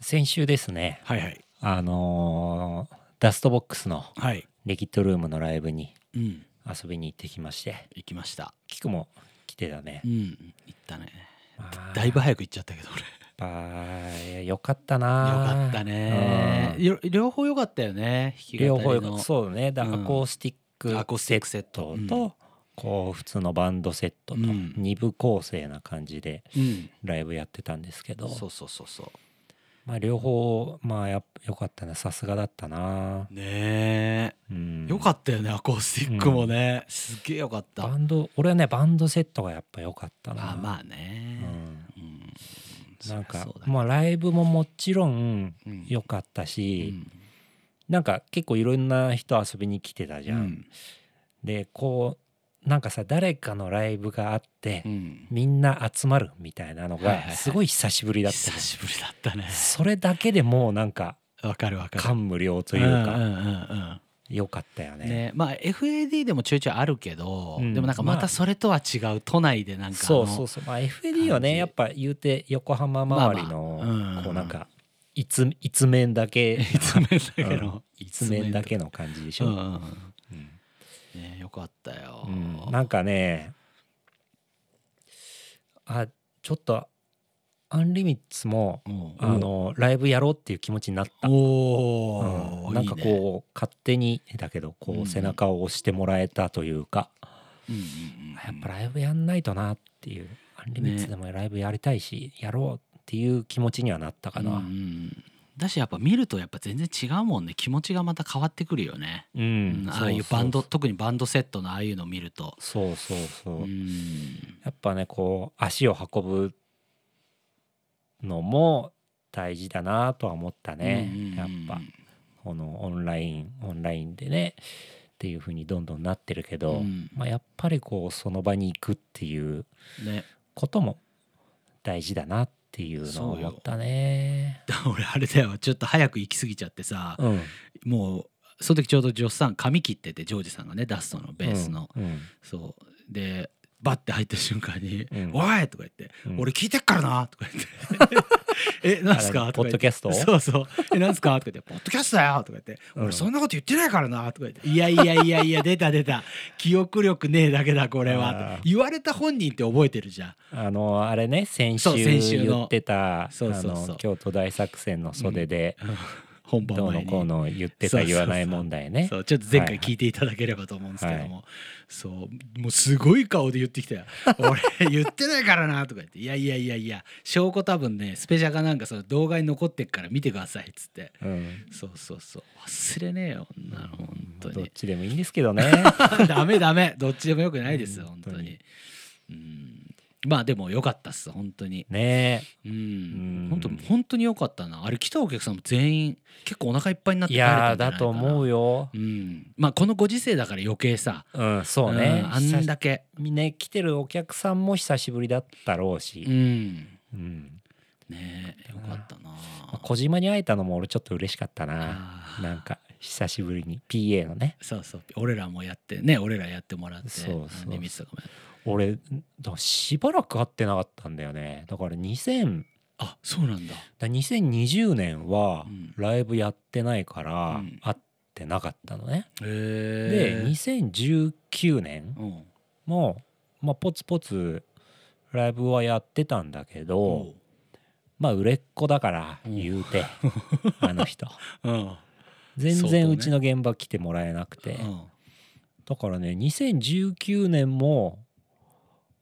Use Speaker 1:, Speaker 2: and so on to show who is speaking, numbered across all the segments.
Speaker 1: 先週ですね
Speaker 2: はいはい
Speaker 1: あのーダストボックスの
Speaker 2: はい
Speaker 1: レキッドルームのライブに
Speaker 2: うん
Speaker 1: 遊びに行ってきまして
Speaker 2: 行きました
Speaker 1: キクも来てたね
Speaker 2: う、ん行ったね
Speaker 1: まあ
Speaker 2: だいぶ早く行っちゃったけど俺
Speaker 1: やっぱいやよかったな
Speaker 2: よかったね
Speaker 1: うん
Speaker 2: よ両方よかったよね弾き
Speaker 1: 両
Speaker 2: 語りの
Speaker 1: 方よかったそうだねだから
Speaker 2: うん
Speaker 1: アコースティック
Speaker 2: アコースティックセッ
Speaker 1: と
Speaker 2: トうん
Speaker 1: こう普通のバンドセットと
Speaker 2: うん
Speaker 1: 2部構成な感じで
Speaker 2: うん
Speaker 1: ライブやってたんですけど、
Speaker 2: そうそうそうそう
Speaker 1: まあ、両方まあやっぱよかったなさすがだったな、
Speaker 2: ね
Speaker 1: うん
Speaker 2: えよかったよねアコースティックもねすげえよかった
Speaker 1: バ
Speaker 2: あ
Speaker 1: ンド俺はねバンドセットがやっぱ良かったな
Speaker 2: まあ
Speaker 1: う
Speaker 2: ね
Speaker 1: ん、
Speaker 2: うん
Speaker 1: なんか
Speaker 2: そりゃそうだ
Speaker 1: まあライブももちろん
Speaker 2: うん
Speaker 1: 良かった
Speaker 2: う
Speaker 1: し、
Speaker 2: ん
Speaker 1: なんか結構いろんな人遊びに来てたじゃん、
Speaker 2: うん
Speaker 1: でこうなんかさ誰かのライブがあって、
Speaker 2: うん
Speaker 1: みんな集まるみたいなの
Speaker 2: はいはい
Speaker 1: が
Speaker 2: はい
Speaker 1: すごい久しぶりだった
Speaker 2: 久
Speaker 1: ね、
Speaker 2: しぶりだったね
Speaker 1: それだけでもうなんか
Speaker 2: わかるわかる
Speaker 1: 感無量という
Speaker 2: うん
Speaker 1: か
Speaker 2: うんうんうん
Speaker 1: 良かったよね
Speaker 2: ね、まあ FAD でもちょいちょいあるけど、
Speaker 1: うん
Speaker 2: でもなんかま
Speaker 1: まあ
Speaker 2: たそれとは違う都内でなんかあ
Speaker 1: そう
Speaker 2: の
Speaker 1: そうそうまあ FAD は
Speaker 2: 感
Speaker 1: ね
Speaker 2: じ
Speaker 1: やっぱ言うて横浜周りの
Speaker 2: まあまあうん
Speaker 1: こうなんか一一面だけ
Speaker 2: 一面だけの、
Speaker 1: うん一面だけの感じでし
Speaker 2: う
Speaker 1: ょ、
Speaker 2: ん
Speaker 1: う
Speaker 2: うん
Speaker 1: ん
Speaker 2: うんねよかったよ、
Speaker 1: うんなんかねあちょっとアンリミッツも
Speaker 2: うん
Speaker 1: あのライブやろうっていう気持ちになった
Speaker 2: おー、
Speaker 1: うんなんか
Speaker 2: いいね
Speaker 1: こう勝手にだけど
Speaker 2: うん
Speaker 1: こ
Speaker 2: うん
Speaker 1: う背中を押してもらえたというか、
Speaker 2: うんうんうん
Speaker 1: やっぱライブやんないとなっていうアンリミッツでもライブやりたいし、やろうっていう気持ちにはなったかな、う
Speaker 2: うんうん
Speaker 1: ん
Speaker 2: うんだしやっぱ見るとやっぱ全然違うもんね気持ちがまた変わってくるよね、うんああいうバンド特にバンドセットのああいうの見ると、
Speaker 1: そうそうそう、
Speaker 2: うん
Speaker 1: やっぱねこう足を運ぶのも大事だなとは思ったね、
Speaker 2: うんうんうん
Speaker 1: やっぱこのオンラインオンラインでねっていう風にどんどんなってるけど、
Speaker 2: うん
Speaker 1: まあ、やっぱりこうその場に行くっていう
Speaker 2: ね
Speaker 1: ことも大事だなっていうのを
Speaker 2: そうよ
Speaker 1: 思ったね。
Speaker 2: 俺あれだよちょっと早く行き過ぎちゃってさ、
Speaker 1: うん、
Speaker 2: もうその時ちょうどジョスさん髪切っててジョージさんがねダストのベースの、
Speaker 1: うんうん
Speaker 2: そうでバッて入った瞬間に「
Speaker 1: うん
Speaker 2: おい!」とか言って「
Speaker 1: うん
Speaker 2: 俺聞いてっからな!」とか言って「 えなんす
Speaker 1: あれ
Speaker 2: か?」
Speaker 1: ポ
Speaker 2: とか言って
Speaker 1: ッドキャスト
Speaker 2: そうそう「えなんすか?」とか言って「ポッドキャストだよ!」とか言って「
Speaker 1: うん
Speaker 2: 俺そんなこと言ってないからな!」とか言って「いやいやいやいや出た出た記憶力ねえだけだこれ
Speaker 1: あ
Speaker 2: は
Speaker 1: ー」
Speaker 2: 言われた本人って覚えてるじゃん。
Speaker 1: あのあれね先週
Speaker 2: そう先週の
Speaker 1: 言ってた
Speaker 2: そうそうそう
Speaker 1: あの京都大作戦の袖で、
Speaker 2: 本番
Speaker 1: どうの
Speaker 2: 前に
Speaker 1: こうの言ってた言わない問題ね。
Speaker 2: そうちょっと前回聞いていただければと思うんですけども、
Speaker 1: はいは
Speaker 2: そうもうすごい顔で言ってきたよ 「俺言ってないからな」とか言って「いやいやいやいや証拠多分ねスペシャかなんかその動画に残ってっから見てください」っつって
Speaker 1: うん
Speaker 2: そうそうそう忘れねえよ女の本当
Speaker 1: どっ
Speaker 2: に
Speaker 1: ちでもいいんですけどね。
Speaker 2: ダメダメどっちでもよくないですよ
Speaker 1: うん
Speaker 2: 本当にうんまあでも良かったっす本当に
Speaker 1: ね
Speaker 2: う
Speaker 1: うん
Speaker 2: ん本当本当に良かったなあれ来たお客さんも全員結構お腹いっぱい になっ
Speaker 1: え
Speaker 2: て
Speaker 1: い
Speaker 2: 帰れたんじゃ
Speaker 1: やー
Speaker 2: ないかな
Speaker 1: だと思うよ
Speaker 2: う。ん、まあこのご時世だから余計さ
Speaker 1: うん、そうね。
Speaker 2: んあんだけ、
Speaker 1: 久しね来てるお客さんも久しぶりだったろう
Speaker 2: う
Speaker 1: し、
Speaker 2: ん、
Speaker 1: うん
Speaker 2: ねえよかったな
Speaker 1: まあ小島に会えたのも俺ちょっと嬉しかったな。
Speaker 2: あー
Speaker 1: なんか久しぶりに PA のね。
Speaker 2: そうそう俺らもやってね俺らやってもらって
Speaker 1: そうそう
Speaker 2: リミットとかもやって
Speaker 1: 俺だからしばらく会ってなかったんだよね。だから2000
Speaker 2: あそうなんだ
Speaker 1: だ2020年は
Speaker 2: うん
Speaker 1: ライブやってないから
Speaker 2: うん
Speaker 1: 会ってなかったのね。
Speaker 2: へ
Speaker 1: で
Speaker 2: え
Speaker 1: 2019年
Speaker 2: うん
Speaker 1: も、まあ、ポツポツライブはやってたんだけど、
Speaker 2: お
Speaker 1: まあ売れっ子だから
Speaker 2: うん
Speaker 1: 言う てあの人
Speaker 2: うん
Speaker 1: 全
Speaker 2: 相当
Speaker 1: 然
Speaker 2: ね
Speaker 1: うちの現場来てもらえなくて、
Speaker 2: うん
Speaker 1: だからね2019年も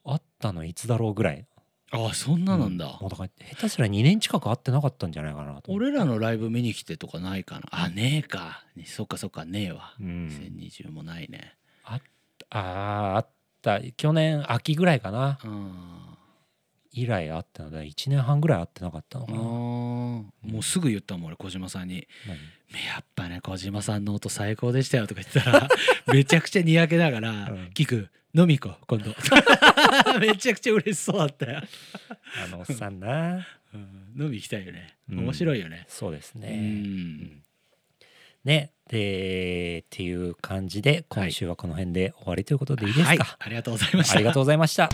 Speaker 1: あったのいつだろうぐらい
Speaker 2: あそんななんだ、
Speaker 1: もうだから下手すら2年近く会ってなかったんじゃないかなと思う
Speaker 2: 俺らのライブ見に来てとかないかなあねえかねそっかそっかねえわ、
Speaker 1: うん、
Speaker 2: 2020もないね
Speaker 1: あああった去年秋ぐらいかな
Speaker 2: うん
Speaker 1: 以来会ったので1年半ぐらい会ってなかったの
Speaker 2: あ
Speaker 1: か
Speaker 2: ー
Speaker 1: な
Speaker 2: もうすぐ言ったもん俺小島さんに
Speaker 1: 何
Speaker 2: やっぱね小島さんの音最高でしたよとか言った らめちゃくちゃにやけながら
Speaker 1: うん
Speaker 2: 「キク飲み行こう今度」 めちゃくちゃ嬉しそうだったよ、
Speaker 1: あのおっさんな
Speaker 2: うん飲み行きたいよね
Speaker 1: うん
Speaker 2: 面白いよね、
Speaker 1: そうです
Speaker 2: う
Speaker 1: ね、
Speaker 2: ん
Speaker 1: ねでっていう感じで今週はこの辺で終わりということでいいですか、
Speaker 2: はいありがとうございました
Speaker 1: ありがとうございました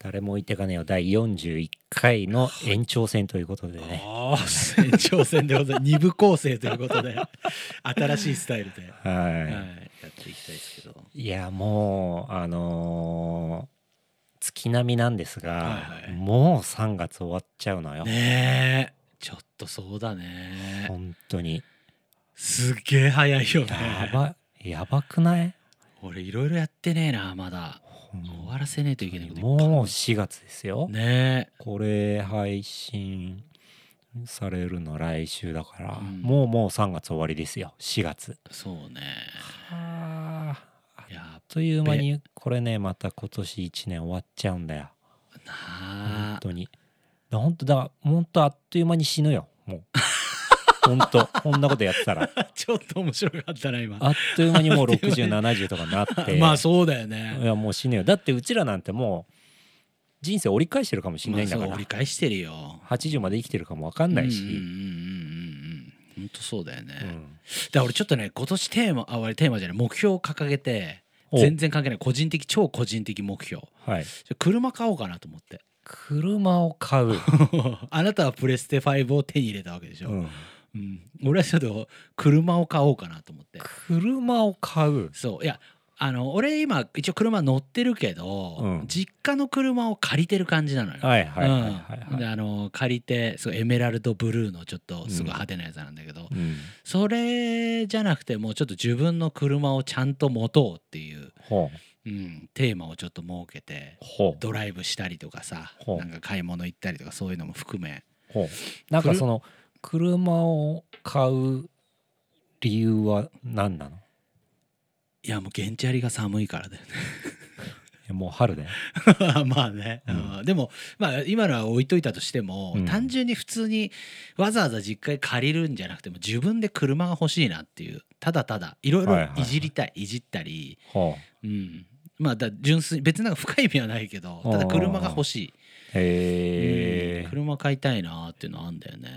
Speaker 1: 誰も置いてかねえよ第41回の延長戦ということでね
Speaker 2: ああ延長戦でございます二部構成ということで新しいスタイルで、は、
Speaker 1: はい
Speaker 2: や
Speaker 1: い
Speaker 2: っていきたいですけど
Speaker 1: いやもうあのー月並みなんですが、
Speaker 2: はいはい
Speaker 1: もう3月終わっちゃうのよ、
Speaker 2: ねえちょっとそうだね
Speaker 1: 本当に
Speaker 2: すっげえ早いよ
Speaker 1: や
Speaker 2: ね
Speaker 1: ばやばくない
Speaker 2: 俺いろいろやってねえなまだ
Speaker 1: ほん
Speaker 2: 終わらせねえといけないこといっぱいある
Speaker 1: もう4月ですよ、
Speaker 2: ね
Speaker 1: これ配信されるの来週だから、
Speaker 2: うん
Speaker 1: もうもう3月終わりですよ4月
Speaker 2: えそうね
Speaker 1: ああ
Speaker 2: いや
Speaker 1: っという間にこれねまた今年1年終わっちゃうんだよ本
Speaker 2: なあ
Speaker 1: 当にだ本当だから本当あっという間に死ぬよ もう本当こんなことやってたら
Speaker 2: ちょっと面白かったな今
Speaker 1: あっという間にもう
Speaker 2: あっという間
Speaker 1: 6070とかになって
Speaker 2: まあそうだよ
Speaker 1: い
Speaker 2: ね
Speaker 1: やもう死ぬよだってうちらなんてもう人生折り返してるかもしれ
Speaker 2: ま
Speaker 1: ない
Speaker 2: あ
Speaker 1: んだ
Speaker 2: そ
Speaker 1: か
Speaker 2: う
Speaker 1: ら、
Speaker 2: 折り返してるよ
Speaker 1: 80まで生きてるかも分かんないし、
Speaker 2: うんうんうんうんうん本当そうだよね、だか
Speaker 1: ん
Speaker 2: ら俺ちょっとね今年テーマあ俺テーマじゃない目標を掲げて
Speaker 1: お
Speaker 2: 全然関係ない個人的超個人的目標
Speaker 1: はい、
Speaker 2: 車買おうかなと思って
Speaker 1: 車を買う、
Speaker 2: あなたはプレステ5を手に入れたわけでしょ、
Speaker 1: う
Speaker 2: うん
Speaker 1: ん
Speaker 2: 俺はちょっと車を買おうかなと思って
Speaker 1: 車を買う
Speaker 2: そういやあの俺今一応車乗ってるけど、
Speaker 1: うん
Speaker 2: 実家の車を借りてる感じなのよ、
Speaker 1: はいはいはいは
Speaker 2: うん
Speaker 1: い
Speaker 2: で
Speaker 1: はい
Speaker 2: あの借りてすごいエメラルドブルーのちょっとすごい派手なやつなんだけど、
Speaker 1: うん
Speaker 2: それじゃなくてもうちょっと自分の車をちゃんと持とうっていう、
Speaker 1: ほ
Speaker 2: うん、テーマをちょっと設けて
Speaker 1: うほう
Speaker 2: ドライブしたりとかさ
Speaker 1: ほう
Speaker 2: なんか買い物行ったりとかそういうのも含め
Speaker 1: ほうなんかその車を買う理由は何なのい
Speaker 2: いやもう現地ありが寒いからだよ
Speaker 1: やもう春だよ
Speaker 2: ね まあね、
Speaker 1: うん
Speaker 2: うんでもまあ今のは置いといたとしても、
Speaker 1: うん
Speaker 2: 単純に普通にわざわざ実家に借りるんじゃなくても自分で車が欲しいなっていうただただいろいろ
Speaker 1: はいはいはい
Speaker 2: いじりたい、いじったり
Speaker 1: ほう
Speaker 2: うん、まあだ純粋に別になんか深い意味はないけど
Speaker 1: うん
Speaker 2: ただ車が欲しい、
Speaker 1: へ
Speaker 2: うん
Speaker 1: え
Speaker 2: 車買いたいなっていうのはあんだよね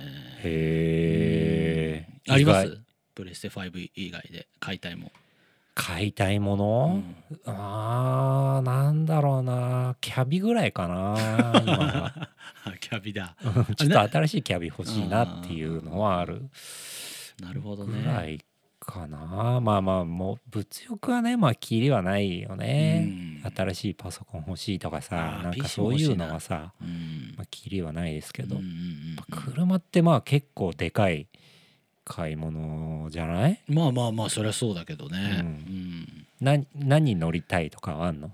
Speaker 1: へえ
Speaker 2: ありますプレステ5以外で買いたいもん、
Speaker 1: 買いたいうも
Speaker 2: ん
Speaker 1: の、あーなんだろうなキャビぐらいかな今は
Speaker 2: キャビだ
Speaker 1: うんちょっと新しいキャビ欲しいなっていうのはある
Speaker 2: なるほど
Speaker 1: ぐら
Speaker 2: ね、
Speaker 1: いかな、まあまあもう物欲はねまあキリはないよね、
Speaker 2: うん
Speaker 1: 新しいパソコン欲しいとか
Speaker 2: あ
Speaker 1: さ
Speaker 2: ー
Speaker 1: なんか
Speaker 2: PC
Speaker 1: そういうのはさ
Speaker 2: うん
Speaker 1: まあ、キリはないですけど、
Speaker 2: うんう
Speaker 1: や
Speaker 2: ん
Speaker 1: っぱ車ってまあ結構でかい買い物じゃない
Speaker 2: うんまあまあまあそりゃそうだけどね、
Speaker 1: うん
Speaker 2: うん
Speaker 1: な何乗りたいとかはあんの
Speaker 2: い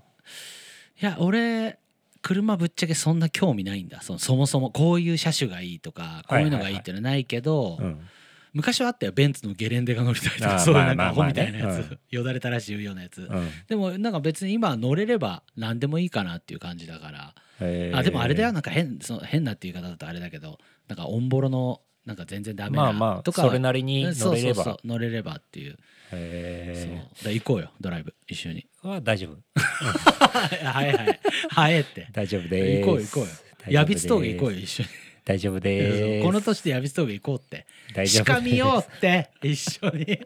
Speaker 2: や俺車ぶっちゃけそんな興味ないんだそのそもそもこういう車種がいいとかこういうのがいいっていうのはないけど、
Speaker 1: うん
Speaker 2: 昔はあったよベンツのゲレンデが乗りたいとか
Speaker 1: あー
Speaker 2: そういう
Speaker 1: ま
Speaker 2: な
Speaker 1: あ
Speaker 2: んかア
Speaker 1: ま
Speaker 2: ホ
Speaker 1: あ
Speaker 2: みたいなや
Speaker 1: まあ
Speaker 2: つ、
Speaker 1: ねうん
Speaker 2: よだれたらしい言うようなやつ、
Speaker 1: うん
Speaker 2: でもなんか別に今乗れれば何でもいいかなっていう感じだから、
Speaker 1: えー
Speaker 2: あでもあれだよなんか変その変なっていう言い方だとあれだけどなんかオンボロのなんか全然ダメな
Speaker 1: まあまあ
Speaker 2: とか
Speaker 1: それなりに乗れれ
Speaker 2: そうそう
Speaker 1: ば
Speaker 2: そう乗れればっていう,、そうだ
Speaker 1: え
Speaker 2: から行こうよドライブ一緒に
Speaker 1: ーは大丈夫
Speaker 2: はいはいはいって
Speaker 1: 大丈夫で
Speaker 2: 行
Speaker 1: す
Speaker 2: こう行こうよヤビツ峠行こうよ一緒に
Speaker 1: う大丈夫です
Speaker 2: この年でヤビツ峠行こうって
Speaker 1: 大丈夫
Speaker 2: 鹿見よ
Speaker 1: で
Speaker 2: うって一緒に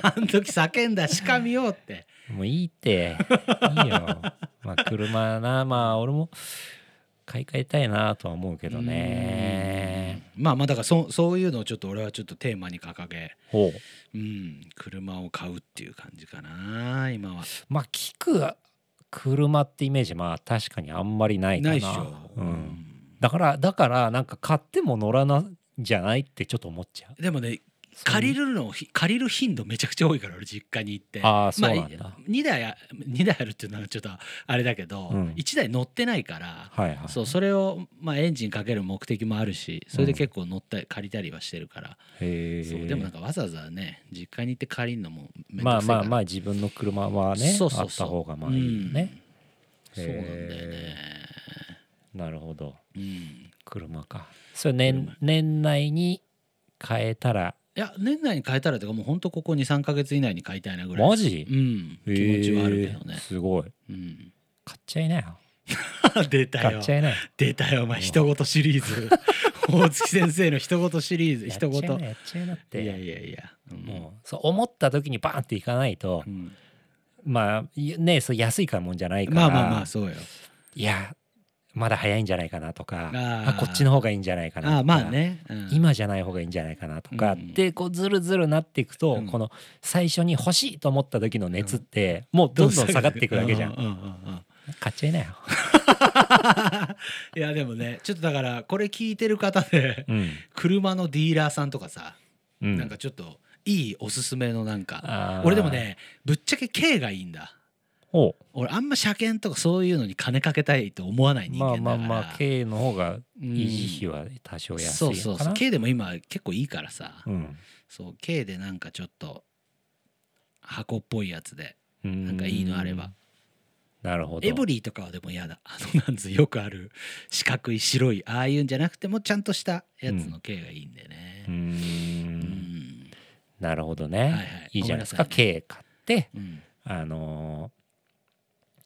Speaker 2: あの時叫んだ鹿見ようって
Speaker 1: すもういい っていいよまあ車なまあ俺も買い替えたいなとは思うけどね
Speaker 2: まあまあだからそそういうのをちょっと俺はちょっとテーマに掲げ
Speaker 1: ほう
Speaker 2: うん車を買うっていう感じかな今は
Speaker 1: まあ聞く車ってイメージまあ確かにあんまりないかな
Speaker 2: ないっしょ、
Speaker 1: う、
Speaker 2: うんん
Speaker 1: だからだからなんか買っても乗らないんじゃないってちょっと思っちゃう
Speaker 2: でもね借りるのひ借りる頻度めちゃくちゃ多いから俺実家に行って
Speaker 1: あーそうなんだ
Speaker 2: まあ、2台あ二台あるっていうのはちょっとあれだけど、
Speaker 1: うん
Speaker 2: 一1台乗ってないから
Speaker 1: はいはい
Speaker 2: そうそれを、まあ、エンジンかける目的もあるしそれで結構乗ったり借りたりはしてるから、
Speaker 1: へえ
Speaker 2: そうでもなんかわざわざね実家に行って借りるのもめんど
Speaker 1: まあ
Speaker 2: くせえか
Speaker 1: ま
Speaker 2: ら
Speaker 1: あまあ自分の車はね
Speaker 2: そうそうそう
Speaker 1: あった方がまあいいよね、、
Speaker 2: うんそうなんだよね
Speaker 1: へ、なるほど
Speaker 2: うん、い
Speaker 1: 車かそれ年
Speaker 2: 車
Speaker 1: 年内に変えたら
Speaker 2: や年内に変えたらとかもうほんとここ23か月以内に買いたいなぐらい
Speaker 1: マジ
Speaker 2: う、ん気持ちはあるけど
Speaker 1: へえ
Speaker 2: ね、
Speaker 1: すごい
Speaker 2: うん、
Speaker 1: 買っちゃいなよ
Speaker 2: 出た
Speaker 1: 買
Speaker 2: よ
Speaker 1: っちゃいなよ
Speaker 2: 出たよお前一言シリーズ大月先生の一言シリーズ一
Speaker 1: やっちゃいな
Speaker 2: 言
Speaker 1: やっちゃいなっ
Speaker 2: いや
Speaker 1: て
Speaker 2: いやいや、うん
Speaker 1: もうそう思った時にバーンっていかないと
Speaker 2: うん
Speaker 1: まあいねそう安い買い物じゃないから
Speaker 2: まあまあまあそうよ
Speaker 1: いやまだ早いんじゃないかなとか
Speaker 2: あー
Speaker 1: あこっちの方がいいんじゃないかなとか
Speaker 2: ああまあね、うん
Speaker 1: 今じゃない方がいいんじゃないかなとか、
Speaker 2: うん
Speaker 1: でこうずるずるなっていくと、
Speaker 2: うん
Speaker 1: この最初に欲しいと思った時の熱って、もうどんどん下がっていくだけじゃん、
Speaker 2: ううううん
Speaker 1: 買っちゃいなよ、
Speaker 2: いやでもねちょっとだからこれ聞いてる方で
Speaker 1: うん
Speaker 2: 車のディーラーさんとかさ、
Speaker 1: うん、
Speaker 2: なんかちょっといいおすすめのなんか
Speaker 1: あー
Speaker 2: 俺でもねぶっちゃけ軽がいいんだ
Speaker 1: おう
Speaker 2: 俺あんま車検とかそういうのに金かけたいと思わない人
Speaker 1: ま
Speaker 2: 間
Speaker 1: あ
Speaker 2: だから
Speaker 1: まあまあ軽の方が
Speaker 2: うん
Speaker 1: 維持費は多少安
Speaker 2: そう
Speaker 1: い
Speaker 2: そ
Speaker 1: の
Speaker 2: う
Speaker 1: か
Speaker 2: そう
Speaker 1: な、
Speaker 2: 軽でも今結構いいからさ、
Speaker 1: うん
Speaker 2: そう軽でなんかちょっと箱っぽいやつで
Speaker 1: な
Speaker 2: なんかいいのあれば
Speaker 1: なるほど
Speaker 2: エブリーとかはでも嫌だ あのなんつうよくある四角い白いああいうんじゃなくてもちゃんとしたやつの軽がいいんだよ
Speaker 1: うー
Speaker 2: ねうんん
Speaker 1: なるほど
Speaker 2: はい
Speaker 1: ね、
Speaker 2: はい
Speaker 1: いいじゃないですか
Speaker 2: ごめんさ
Speaker 1: 軽買って
Speaker 2: いね
Speaker 1: あの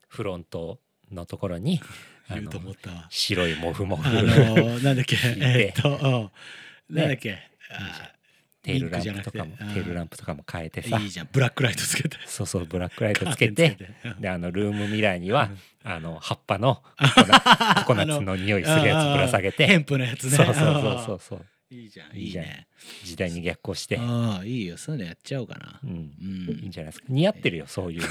Speaker 1: ーフロントのところに
Speaker 2: う
Speaker 1: あ
Speaker 2: ん 言う
Speaker 1: の
Speaker 2: と思った わ
Speaker 1: 白いモフモフ、
Speaker 2: あのーなんだっけ
Speaker 1: 聞いて
Speaker 2: えーっとうんなんだっけあ
Speaker 1: テールランプとか
Speaker 2: ピン
Speaker 1: も
Speaker 2: ク
Speaker 1: テ
Speaker 2: じゃなくて
Speaker 1: ールランプとかも変えてさ
Speaker 2: ーいいじゃんブラックライトつけて
Speaker 1: そうそうブラックライトつけてであのルームミラーにはあの葉っぱのココナ ココナッツの匂いするやつぶら下げ
Speaker 2: ヘ
Speaker 1: て
Speaker 2: ンプのやつ
Speaker 1: そう
Speaker 2: ね
Speaker 1: そうそうそうそう
Speaker 2: うんいいじゃん
Speaker 1: い
Speaker 2: い
Speaker 1: い
Speaker 2: い
Speaker 1: じゃん
Speaker 2: ね
Speaker 1: 時代に逆行して、
Speaker 2: ああいいよそういうのやっちゃおうかな
Speaker 1: うん、
Speaker 2: う
Speaker 1: いいん
Speaker 2: ん
Speaker 1: じゃないですか似合ってるよそういう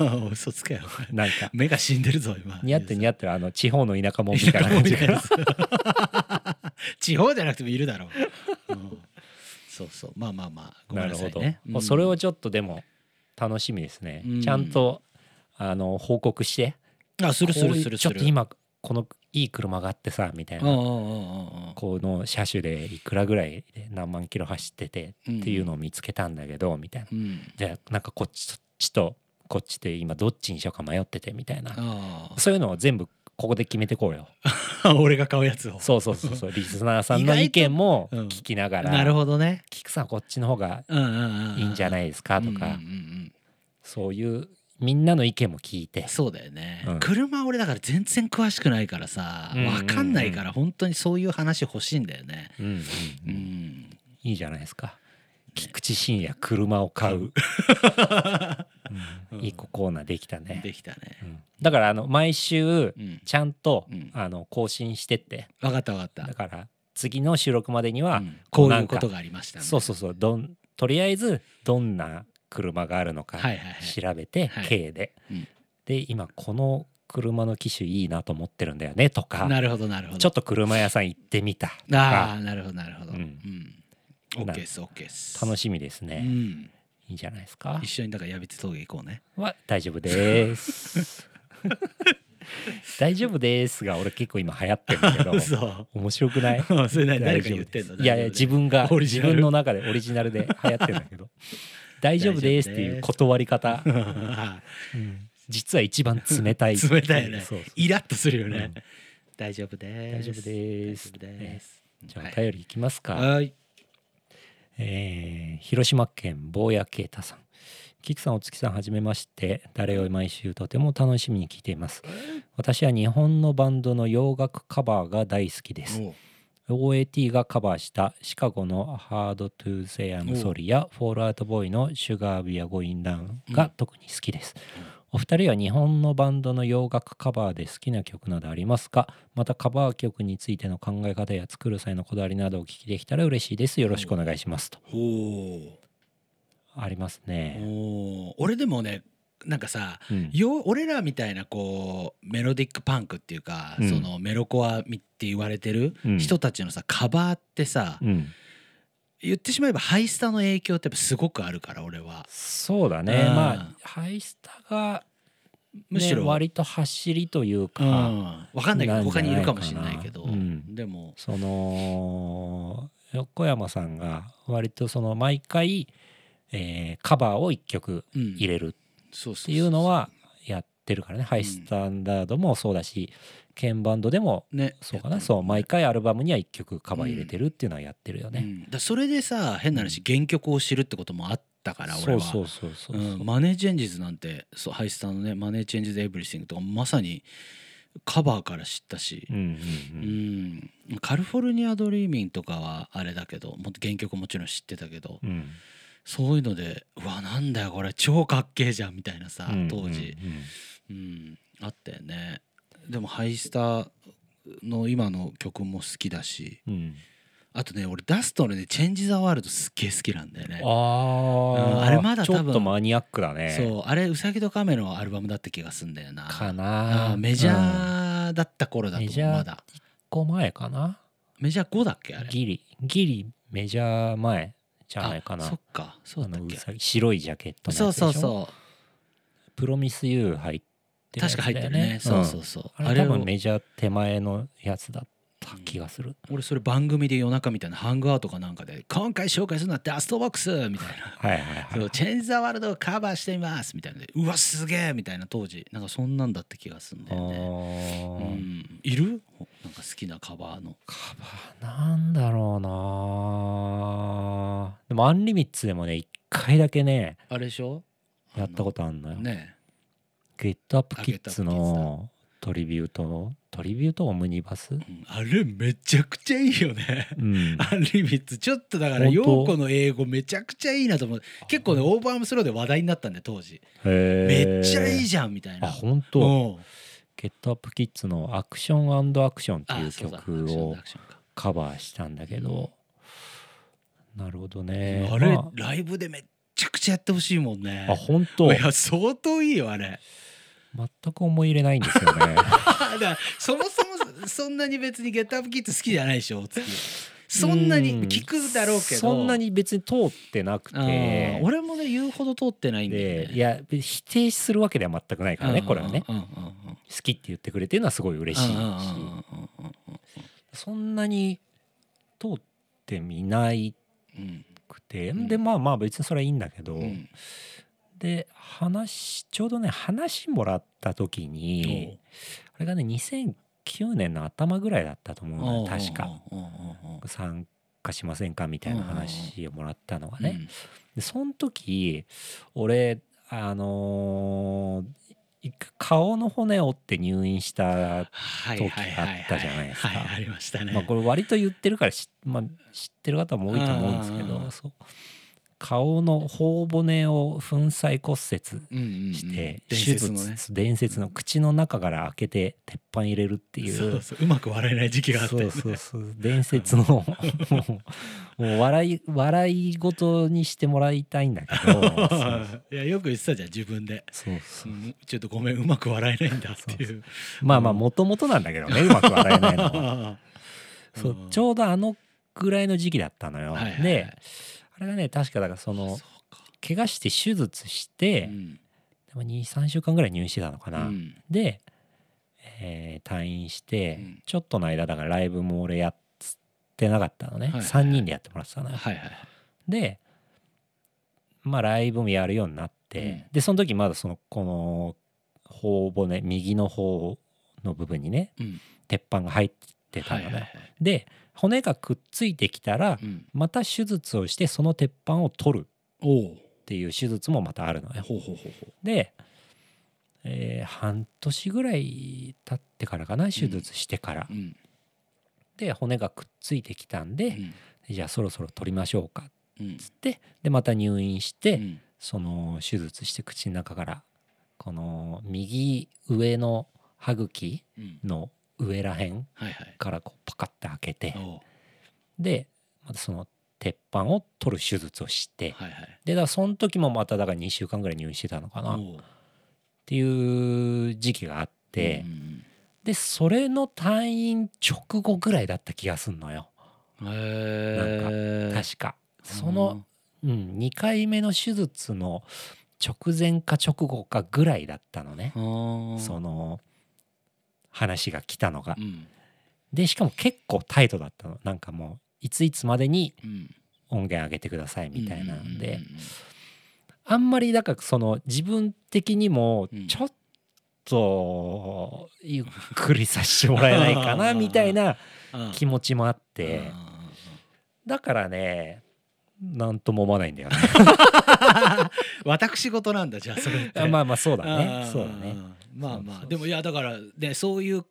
Speaker 1: の
Speaker 2: 嘘つけよお
Speaker 1: な
Speaker 2: 前
Speaker 1: ん か
Speaker 2: 目が死んでるぞ今
Speaker 1: 似合ってる似
Speaker 2: 合
Speaker 1: 合ってるあの地方の田舎もんみたいな感じが
Speaker 2: 地方じゃなくてもいるだろう、うんそうそうまあまあまあご め
Speaker 1: なんる
Speaker 2: なさ
Speaker 1: ほ
Speaker 2: い
Speaker 1: ど、
Speaker 2: ねうん
Speaker 1: もうそれをちょっとでも楽しみですね、
Speaker 2: うん
Speaker 1: ちゃんとあの報告して
Speaker 2: あするす
Speaker 1: こう
Speaker 2: る
Speaker 1: いう
Speaker 2: する
Speaker 1: ちょっと今このいい車があってさみたい
Speaker 2: うんう
Speaker 1: な、
Speaker 2: んうんうん
Speaker 1: この車種でいくらぐらいで何万キロ走ってて
Speaker 2: うん
Speaker 1: っていうのを見つけたんだけどみたいな、
Speaker 2: うん
Speaker 1: じゃあなんかこっちそっちとこっちで今どっちにしようか迷っててみたいな、
Speaker 2: あ
Speaker 1: そういうのを全部ここで決めてこうよ
Speaker 2: あ俺が買うやつを
Speaker 1: そうそうそう そうリスナーさん
Speaker 2: 意
Speaker 1: の
Speaker 2: 外と
Speaker 1: 意見も
Speaker 2: うん
Speaker 1: 聞きながら、
Speaker 2: なるほどね
Speaker 1: 聞くさんこっちの方が
Speaker 2: うんうんうん
Speaker 1: いいんじゃ
Speaker 2: い
Speaker 1: ないですかとか、
Speaker 2: うんうんうん
Speaker 1: そういうみんなの意見も聞いて
Speaker 2: そうだよね、
Speaker 1: うん
Speaker 2: 車俺だから全然詳しくないからさ
Speaker 1: うんうんうん
Speaker 2: わかんないから本当にそういう話欲しいんだよね
Speaker 1: うんうん
Speaker 2: う
Speaker 1: うん
Speaker 2: ん
Speaker 1: いいじゃないですか菊池信也車を買う、うん
Speaker 2: うん
Speaker 1: いいコーナーできたね、
Speaker 2: できたね
Speaker 1: うんだからあの毎週
Speaker 2: うん
Speaker 1: ちゃんと、
Speaker 2: うん
Speaker 1: あの更新してって
Speaker 2: わかったわかった
Speaker 1: だから次の収録までには、
Speaker 2: うんこう
Speaker 1: ないん
Speaker 2: う
Speaker 1: か
Speaker 2: ことがありましたね
Speaker 1: そうそうそうどんとりあえずどんな車があるのか
Speaker 2: はいはいはい
Speaker 1: 調べて、
Speaker 2: はい
Speaker 1: 軽で、
Speaker 2: うん
Speaker 1: で今この車の機種いいなと思ってるんだよねとか
Speaker 2: なるほどなるほど
Speaker 1: ちょっと車屋さん行ってみたと
Speaker 2: あ
Speaker 1: か
Speaker 2: あなるほどなるほど
Speaker 1: う
Speaker 2: うんん
Speaker 1: な
Speaker 2: OK です OK です
Speaker 1: 楽
Speaker 2: し
Speaker 1: しみです
Speaker 2: い
Speaker 1: ね、
Speaker 2: ね
Speaker 1: いいじゃないですか
Speaker 2: 一緒にだからやびつ峠行こうね
Speaker 1: は大丈夫です 大丈夫ですが俺結構今流行ってるんだけど
Speaker 2: 嘘
Speaker 1: 面白くない
Speaker 2: それ何誰
Speaker 1: 大
Speaker 2: か
Speaker 1: 丈夫
Speaker 2: 言ってんの
Speaker 1: いやいや自分が
Speaker 2: オリジ
Speaker 1: 自
Speaker 2: ナル
Speaker 1: 分の中でオリジナルで流行ってるんだけ ど大丈夫ですっていう断り方
Speaker 2: 大丈夫ね
Speaker 1: うん実は一番冷たい
Speaker 2: 冷たいね
Speaker 1: そうそう
Speaker 2: イラッとするよね
Speaker 1: うん
Speaker 2: 大丈夫で
Speaker 1: 大
Speaker 2: す
Speaker 1: 丈夫です
Speaker 2: 大丈夫です
Speaker 1: じゃあ
Speaker 2: はい
Speaker 1: お便りいきますか、
Speaker 2: はい
Speaker 1: えー広島県坊谷啓太さん菊さんお月さんはじめまして誰を毎週とても楽しみに聞いています私は日本のバンドの洋楽カバーが大好きです
Speaker 2: おう
Speaker 1: OAT がカバーしたシカゴの「Hard to Say I'm Sorry」や「フォールアウトボーイの「シュガービア Going Down」
Speaker 2: うん
Speaker 1: が特に好きです、お二人は日本のバンドの洋楽カバーで好きな曲などありますかまたカバー曲についての考え方や作る際のこだわりなどをお聞きできたら嬉しいですよろしくお願いしますと
Speaker 2: お
Speaker 1: あります
Speaker 2: う
Speaker 1: ね、
Speaker 2: おう俺でもねなんかさ
Speaker 1: うん
Speaker 2: よ俺らみたいなこうメロディックパンクっていうか、
Speaker 1: うん
Speaker 2: そのメロコアみって言われてる
Speaker 1: うん
Speaker 2: 人たちのさ、カバーってさ、
Speaker 1: うん
Speaker 2: 言ってしまえばハイスタの影響ってやっぱすごくあるから俺は
Speaker 1: そうだね
Speaker 2: うん
Speaker 1: まあハイスタが、ね、
Speaker 2: むしろ
Speaker 1: 割と走りという
Speaker 2: う
Speaker 1: か、
Speaker 2: ん、わかんないけ
Speaker 1: なん
Speaker 2: ど
Speaker 1: じゃないかな
Speaker 2: 他にいるかもしれないけど、
Speaker 1: うん
Speaker 2: でも
Speaker 1: その横山さんが割とその毎回、えーカバーを1曲入
Speaker 2: 入
Speaker 1: れる
Speaker 2: そう
Speaker 1: っ
Speaker 2: そ
Speaker 1: て
Speaker 2: う
Speaker 1: いうのはやってるからね、ハイスタンダードもそうだし鍵盤ドでも
Speaker 2: ね
Speaker 1: そうかなそう毎回アルバムには1曲カバー入れてるっていうのはやってるよ
Speaker 2: う
Speaker 1: ね。
Speaker 2: んだからそれでさ変な話原曲を知るってこともあったから俺
Speaker 1: そ
Speaker 2: は
Speaker 1: うそうそうそう。
Speaker 2: うんマネーチェンジズなんてそうハイスタのねマネーチェンジズエブリシングとかまさにカバーから知ったし、
Speaker 1: うんうんう
Speaker 2: うんん、カリフォルニア・ドリーミンとかはあれだけどもっと原曲もちろん知ってたけど、
Speaker 1: うん
Speaker 2: そういうのでうわなんだよこれ超かっけえじゃんみたいなさ
Speaker 1: うん
Speaker 2: 当時、
Speaker 1: うんうん
Speaker 2: うんあったよねでもハイスターの今の曲も好きだし
Speaker 1: うん、
Speaker 2: あとね俺ダストのね「チェンジ・ザ・ワールド」すっげえ好きなんだよね
Speaker 1: あー、
Speaker 2: うんあれまだ多分
Speaker 1: ちょっとマニアックだね
Speaker 2: そうあれウサギとカメのアルバムだった気がすんだよな
Speaker 1: かな
Speaker 2: あーメジ
Speaker 1: うん
Speaker 2: ャーだった頃だと
Speaker 1: メジ
Speaker 2: 思
Speaker 1: ャ
Speaker 2: う
Speaker 1: ー
Speaker 2: まだ
Speaker 1: 個前かな
Speaker 2: メジャー5だっけあれ
Speaker 1: ギリギリメジャー前じゃないかな
Speaker 2: あそっかそうだ
Speaker 1: あ
Speaker 2: っ
Speaker 1: の
Speaker 2: け
Speaker 1: さ白いジャケットのやつでし
Speaker 2: そ
Speaker 1: ょ
Speaker 2: うそうそ
Speaker 1: プロミスユー入ってる
Speaker 2: う
Speaker 1: や
Speaker 2: 確
Speaker 1: つ
Speaker 2: か
Speaker 1: だ
Speaker 2: 入っ
Speaker 1: よ
Speaker 2: てるねそうそううそうん
Speaker 1: あれ多分
Speaker 2: を
Speaker 1: メジャー手前のやつだった気がする、
Speaker 2: 俺それ番組で夜中みたいなハングアウトかなんかで「今回紹介するのはダストボックス!」みたい な
Speaker 1: はいはいはい
Speaker 2: 「そうチェンジ・ザ・ワールドをカバーしています」みたいなで「うわすげえ!」みたいな当時なんかそんなんだった気がするんだよね。
Speaker 1: あ
Speaker 2: う
Speaker 1: ー
Speaker 2: ん、いるなんか好きなカバーの
Speaker 1: カバーなんだろうなでもアンリミッツでもね一回だけね
Speaker 2: あれでしょ
Speaker 1: やったことあんのよ、
Speaker 2: ね
Speaker 1: ゲットアップキッズのトリビュートトリビュートオムニバス、
Speaker 2: え、うんあれめちゃくちゃいいよね
Speaker 1: うん、
Speaker 2: アンリミッツちょっとだから
Speaker 1: 本当
Speaker 2: 陽子の英語めちゃくちゃいいなと思う結構ねオーバーアームスローで話題になったんで当時
Speaker 1: へー
Speaker 2: めっちゃいいじゃんみたいな
Speaker 1: あ本当、
Speaker 2: うん
Speaker 1: ゲットアップキッズの「アクションアクション」ってい
Speaker 2: あ
Speaker 1: う
Speaker 2: そうだ
Speaker 1: 曲を
Speaker 2: アクションだアクションか
Speaker 1: カバーしたんだけどなるほどね
Speaker 2: あれ
Speaker 1: ま
Speaker 2: ライブでめっちゃくちゃやってほしいもんね
Speaker 1: ああ本当
Speaker 2: いや相当いいよあれ
Speaker 1: 全く思い入れないんですよね
Speaker 2: だからそもそもそんなに別にゲットアップキッズ好きじゃないでしょ大月 そんな
Speaker 1: う
Speaker 2: に聞くだろうけど
Speaker 1: そんなに別に通ってなく
Speaker 2: あー
Speaker 1: て
Speaker 2: 俺もね言うほど通ってないんで
Speaker 1: でいや否定するわけでは全くないからねこれはね
Speaker 2: うんうん
Speaker 1: 好きって言ってくれてるのはすごい嬉しいし
Speaker 2: うんうんうんうん
Speaker 1: そんなに通ってみない
Speaker 2: うん
Speaker 1: くて、
Speaker 2: うん
Speaker 1: でまあまあ別にそれはいいんだけど、
Speaker 2: うんうん
Speaker 1: で話ちょうどね話もらった時にあれがね2009年の頭ぐらいだったと思うのよ確か
Speaker 2: うんうんうんうん
Speaker 1: 参加しませんかみたいな話をもらったのがね、でその時俺あのー一回顔の骨折って入院した、
Speaker 2: はいはいはい
Speaker 1: 時あったじゃないですか
Speaker 2: はいありましたね
Speaker 1: まあ、これ割と言ってるから知,、まあ、知ってる方も多いと思うんですけ
Speaker 2: うんうんう
Speaker 1: ど
Speaker 2: ん
Speaker 1: そう顔の頬骨を粉砕骨折
Speaker 2: うんうんうん
Speaker 1: して手
Speaker 2: 伝
Speaker 1: 術
Speaker 2: 説のね
Speaker 1: 伝説の口の中から開けて鉄板入れるっていう
Speaker 2: そうそううまく笑えない時期があったよ
Speaker 1: そう
Speaker 2: ね
Speaker 1: そうそう伝説 のもうもう笑い笑い事にしてもらいたいんだけ どそう
Speaker 2: いやよく言ってたじゃん自分で、
Speaker 1: そうそううん
Speaker 2: ちょっとごめんうまく笑えないんだっていう
Speaker 1: まあまあもともとなんだけどねうまく笑えないの は
Speaker 2: うん
Speaker 1: そうちょうどあのぐらいの時期だったのよ、
Speaker 2: はいはいはい
Speaker 1: であれがね確かだからそ
Speaker 2: そ
Speaker 1: の
Speaker 2: うか
Speaker 1: 怪我して手術して
Speaker 2: う、ん
Speaker 1: 23週間ぐらい入院してたのか
Speaker 2: う
Speaker 1: な、
Speaker 2: ん
Speaker 1: で、えー退院して、
Speaker 2: うん
Speaker 1: ちょっとの間だからライブも俺やってなかったのね、
Speaker 2: はいはい
Speaker 1: 3人でやってもらってたのよ、
Speaker 2: はいはい
Speaker 1: でまあライブもやるようになって、でその時まだそのこの頬骨右の方の部分にね
Speaker 2: うん
Speaker 1: 鉄板が入ってたのね、
Speaker 2: はいはいはい
Speaker 1: で骨がくっついてきたら、
Speaker 2: うん
Speaker 1: また手術をしてその鉄板を取る
Speaker 2: おお
Speaker 1: っていう手術もまたあるのよ
Speaker 2: ほうほうほうほ
Speaker 1: で、えー半年ぐらい経ってからかな手術してから、
Speaker 2: ううん
Speaker 1: で骨がくっついてきたんで、
Speaker 2: うん
Speaker 1: じゃあそろそろ取りましょうかっ
Speaker 2: うん
Speaker 1: つってでまた入院して、
Speaker 2: うん
Speaker 1: その手術して口の中からこの右上の歯茎
Speaker 2: うん
Speaker 1: の上らへん
Speaker 2: はいはい
Speaker 1: からこうパカッて開けて
Speaker 2: おお
Speaker 1: でまたその鉄板を取る手術をして
Speaker 2: はいはい
Speaker 1: でだからその時もまただから2週間ぐらい入院してたのかなっ
Speaker 2: おう
Speaker 1: ていう時期があって
Speaker 2: うん
Speaker 1: でそれの退院直後ぐらいだった気がすんのよ
Speaker 2: へえ
Speaker 1: 確か。その、うん、2回目の手術の直前か直後かぐらいだったのね。
Speaker 2: うん
Speaker 1: その話が来たのが
Speaker 2: う。ん
Speaker 1: でしかも結構タイトだったのなんかもういついつまでに
Speaker 2: うん
Speaker 1: 音源上げてくださいみたいなん
Speaker 2: う
Speaker 1: で
Speaker 2: んうんうん
Speaker 1: あんまりだからその自分的にも
Speaker 2: うん
Speaker 1: ちょっとゆっくりさせてもらえないか なみたいな
Speaker 2: うん
Speaker 1: 気持ちもあっ
Speaker 2: うんうん
Speaker 1: て
Speaker 2: うんうん
Speaker 1: だからねなんとも思わないんだよね。
Speaker 2: 私事なんだじゃあそれって
Speaker 1: あまあまあそうだね
Speaker 2: あー
Speaker 1: そうだね。
Speaker 2: まあ
Speaker 1: そうそう
Speaker 2: ま
Speaker 1: そ
Speaker 2: あ
Speaker 1: う
Speaker 2: でもいやだからねそういう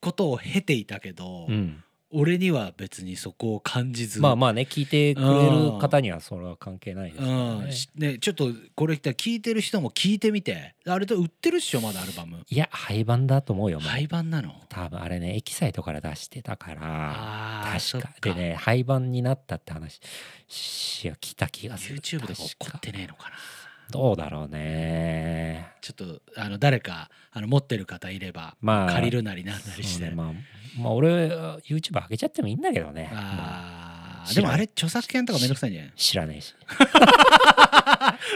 Speaker 2: ことを経ていたけど、
Speaker 1: うん
Speaker 2: 俺には別にそこを感じず
Speaker 1: まあまあね聞いてくれる方にはそれは関係ないですから
Speaker 2: うん
Speaker 1: ね
Speaker 2: しね、ちょっとこれ聞いてる人も聞いてみてあれと売ってるっしょまだアルバム
Speaker 1: いや廃盤だと思うよもう
Speaker 2: 廃盤なの
Speaker 1: 多分あれねエキサイトから出してたから
Speaker 2: あー
Speaker 1: 確か
Speaker 2: そ
Speaker 1: で
Speaker 2: っ
Speaker 1: ね廃盤になったって話し来た気がする
Speaker 2: YouTube とか怒
Speaker 1: 確
Speaker 2: っ
Speaker 1: か
Speaker 2: てねえのかな
Speaker 1: どうだろうね
Speaker 2: ちょっとあの誰かあの持ってる方いれば
Speaker 1: まあ
Speaker 2: 借りるなりなんなりし
Speaker 1: そう
Speaker 2: て、
Speaker 1: ねまあ、まあ俺 YouTube 上げちゃってもいいんだけどねも
Speaker 2: あー
Speaker 1: 知
Speaker 2: で
Speaker 1: らん
Speaker 2: もあれ著作権とかめんどくさいんじゃないう
Speaker 1: 知らねえし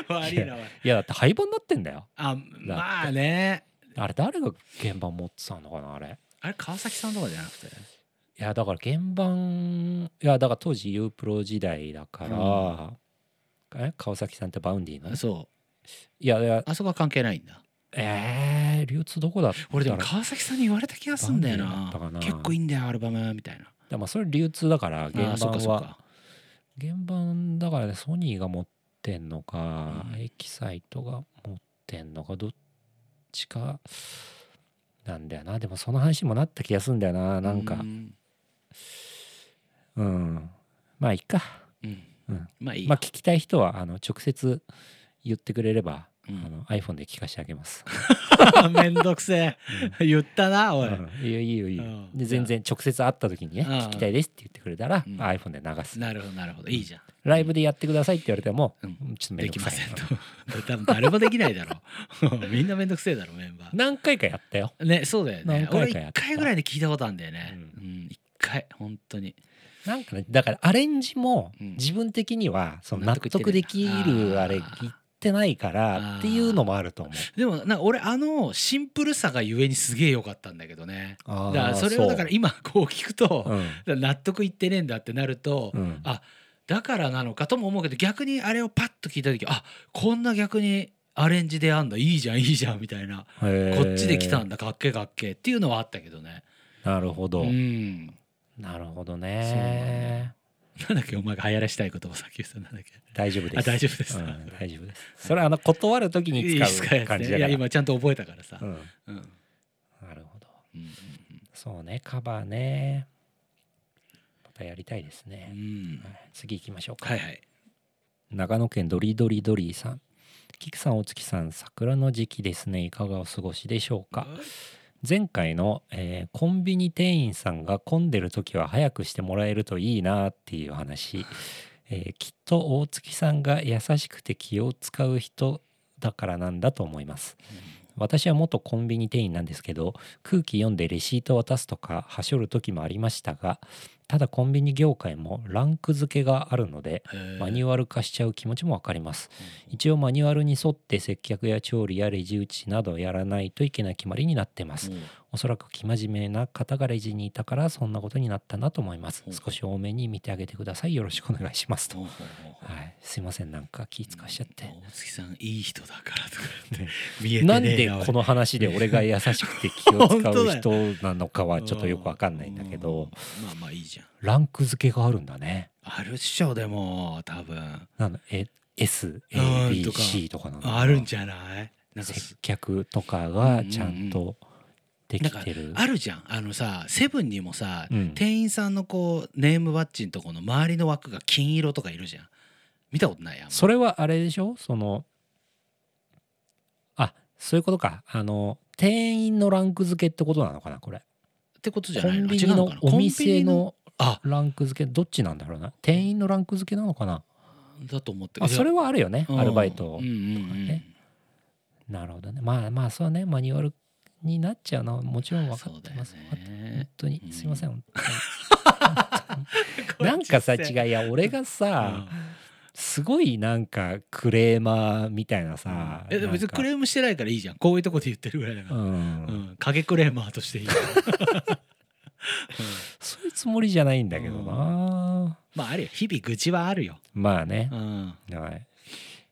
Speaker 2: 悪いなおい
Speaker 1: いやだって廃盤になってんだよ
Speaker 2: あまあね
Speaker 1: あれ誰が原版持ってたのかなあれ
Speaker 2: あれ川崎さんとかじゃなくて
Speaker 1: いやだから原版いやだから当時 U プロ時代だから、え川崎さんってバウンディのい
Speaker 2: そう
Speaker 1: やいや
Speaker 2: あそこは関係ないんだ
Speaker 1: えー、流通どこだったら
Speaker 2: 俺でも川崎さんに言われた気がすんだよな
Speaker 1: バンディだったかな
Speaker 2: 結構いいんだよアルバムみたいな
Speaker 1: でもそれ流通だから
Speaker 2: あ
Speaker 1: 原
Speaker 2: ーそ
Speaker 1: 版
Speaker 2: っかそっ
Speaker 1: は
Speaker 2: か
Speaker 1: 原版だからねソニーが持ってんのか、
Speaker 2: うん
Speaker 1: エキサイトが持ってんのかどっちかなんだよなでもその話にもなった気がするんだよななん
Speaker 2: う
Speaker 1: か
Speaker 2: ん
Speaker 1: うん、まあいいか
Speaker 2: うん
Speaker 1: うん
Speaker 2: まあいいよ
Speaker 1: まあ聞きたい人はあの直接言ってくれれば、
Speaker 2: う
Speaker 1: あ
Speaker 2: ん
Speaker 1: の iPhone で聞かせてあげます、
Speaker 2: めんどくせえ言ったなおい
Speaker 1: うん いいよいいよいいよ
Speaker 2: うん
Speaker 1: で全然直接会った時にね
Speaker 2: うん
Speaker 1: 聞きたいですって言ってくれたら、
Speaker 2: うん
Speaker 1: iPhone で流す
Speaker 2: なるほどなるほどいいじゃん
Speaker 1: ライブでやってくださいって言われても、
Speaker 2: うん
Speaker 1: うんちょっとめん
Speaker 2: で
Speaker 1: ど
Speaker 2: き
Speaker 1: く
Speaker 2: ま
Speaker 1: さい
Speaker 2: せん
Speaker 1: な
Speaker 2: と 多分誰もできないだろ みんなめんどくせえだろメンバー
Speaker 1: 何回かやったよ
Speaker 2: ねそうだよ
Speaker 1: 何
Speaker 2: ね俺
Speaker 1: 回かや
Speaker 2: 1
Speaker 1: った
Speaker 2: 回ぐらいで聞いたことあるんだよね
Speaker 1: う
Speaker 2: うん1回本当に
Speaker 1: なんかねだからアレンジも
Speaker 2: うん
Speaker 1: 自分的にはその納
Speaker 2: 納得いって
Speaker 1: 得できる
Speaker 2: あー
Speaker 1: あれいってないから
Speaker 2: あー
Speaker 1: っていうのもあると思う。
Speaker 2: でもなんか俺あのシンプルさがゆえにすげえ良かったんだけどね
Speaker 1: あ
Speaker 2: だからそれをだから今こう聞くと
Speaker 1: うん
Speaker 2: 納得いってねえんだってなると
Speaker 1: うん
Speaker 2: あだからなのかとも思うけど逆にあれをパッと聞いた時あこんな逆にアレンジであんだいいじゃんいいじゃんみたいな
Speaker 1: へー
Speaker 2: こっちで来たんだかっけえかっけえっていうのはあったけどね
Speaker 1: なるほ
Speaker 2: う
Speaker 1: ど、
Speaker 2: ん
Speaker 1: なるほど
Speaker 2: そうだね
Speaker 1: ね
Speaker 2: なんだっけお前が流行らしたい言葉さっき言っ たなんだっけ
Speaker 1: 大丈夫です
Speaker 2: あ大丈夫です
Speaker 1: うん大丈夫ですそれはあの断る時に
Speaker 2: いいっす
Speaker 1: 使
Speaker 2: か
Speaker 1: う
Speaker 2: やつ
Speaker 1: 感
Speaker 2: ね
Speaker 1: じ
Speaker 2: い
Speaker 1: だから
Speaker 2: や今ちゃんと覚えたからさ
Speaker 1: うん、
Speaker 2: うん
Speaker 1: なるほど
Speaker 2: うん
Speaker 1: そうねカバーねまたやりたいです
Speaker 2: う
Speaker 1: ね、
Speaker 2: ん
Speaker 1: はい次行きましょうか
Speaker 2: はいはい
Speaker 1: 長野県ドリドリドリーさん菊さんお月さん桜の時期ですねいかがお過ごしでしょうか前回の、えーコンビニ店員さんが混んでる時は早くしてもらえるといいなっていう話、えーきっと大月さんが優しくて気を使う人だからなんだと思います私は元コンビニ店員なんですけど空気読んでレシート渡すとかはしょる時もありましたがただコンビニ業界もランク付けがあるのでマニュアル化しちゃう気持ちもわかります一応マニュアルに沿って接客や調理やレジ打ちなどやらないといけない決まりになってますおそらく生真面目な方がレジにいたからそんなことになったなと思います
Speaker 2: うん
Speaker 1: 少し多めに見てあげてくださいよろしくお願いしますと、
Speaker 2: うん
Speaker 1: はい、すいませんなんか気使わしちゃって、
Speaker 2: 大月さんいい人だからとか言って見えてねえ
Speaker 1: なんでこの話で俺が優しくて気を
Speaker 2: 本
Speaker 1: 使
Speaker 2: 当だ
Speaker 1: う
Speaker 2: よ
Speaker 1: 人なのかはちょっとよくわかんないんだけど
Speaker 2: うんまあまあいいじゃん
Speaker 1: ランク付けがあるんだね
Speaker 2: あるっしょでも多分
Speaker 1: なのえ
Speaker 2: うんとか
Speaker 1: SABC とかなのかな
Speaker 2: あるんじゃないなんか
Speaker 1: 接
Speaker 2: す
Speaker 1: 客とかがちゃんとできてる。
Speaker 2: あるじゃんあのさセブンにもさ
Speaker 1: うん
Speaker 2: 店員さんのこうネームバッジのとこの周りの枠が金色とかいるじゃん見たことないやん
Speaker 1: それはあれでしょそのあそういうことかあの店員のランク付けってことなのかなこれ
Speaker 2: ってことじゃ
Speaker 1: コ
Speaker 2: ない
Speaker 1: ン
Speaker 2: の
Speaker 1: ビニ
Speaker 2: 違うの
Speaker 1: の
Speaker 2: かな
Speaker 1: お店の
Speaker 2: あ
Speaker 1: ランク付けどっちなんだろうな店員のランク付けなのかな
Speaker 2: だと思って
Speaker 1: あそれはあるよね
Speaker 2: うん
Speaker 1: アルバイト
Speaker 2: うんうんうん
Speaker 1: ねなるほどねまあまあそうねマニュアルになっちゃうのはもちろん分かってます
Speaker 2: そう
Speaker 1: わ
Speaker 2: だ
Speaker 1: かっ
Speaker 2: よ
Speaker 1: て本
Speaker 2: ね
Speaker 1: 当に
Speaker 2: うん
Speaker 1: すいません 本当になんかさ違
Speaker 2: う
Speaker 1: ういや俺がさすごいなんかクレーマーみたいなさ、
Speaker 2: えでも別にクレ
Speaker 1: ー
Speaker 2: ームしてないからいいじゃんこういうとこで言ってるぐらいだか
Speaker 1: う
Speaker 2: ら、
Speaker 1: ん、
Speaker 2: うん、影クレーマーとして いい、うん、
Speaker 1: そういうつもりじゃないんだけどな、
Speaker 2: まああるよ日々愚痴はあるよ、
Speaker 1: まあね
Speaker 2: う、ん、
Speaker 1: はい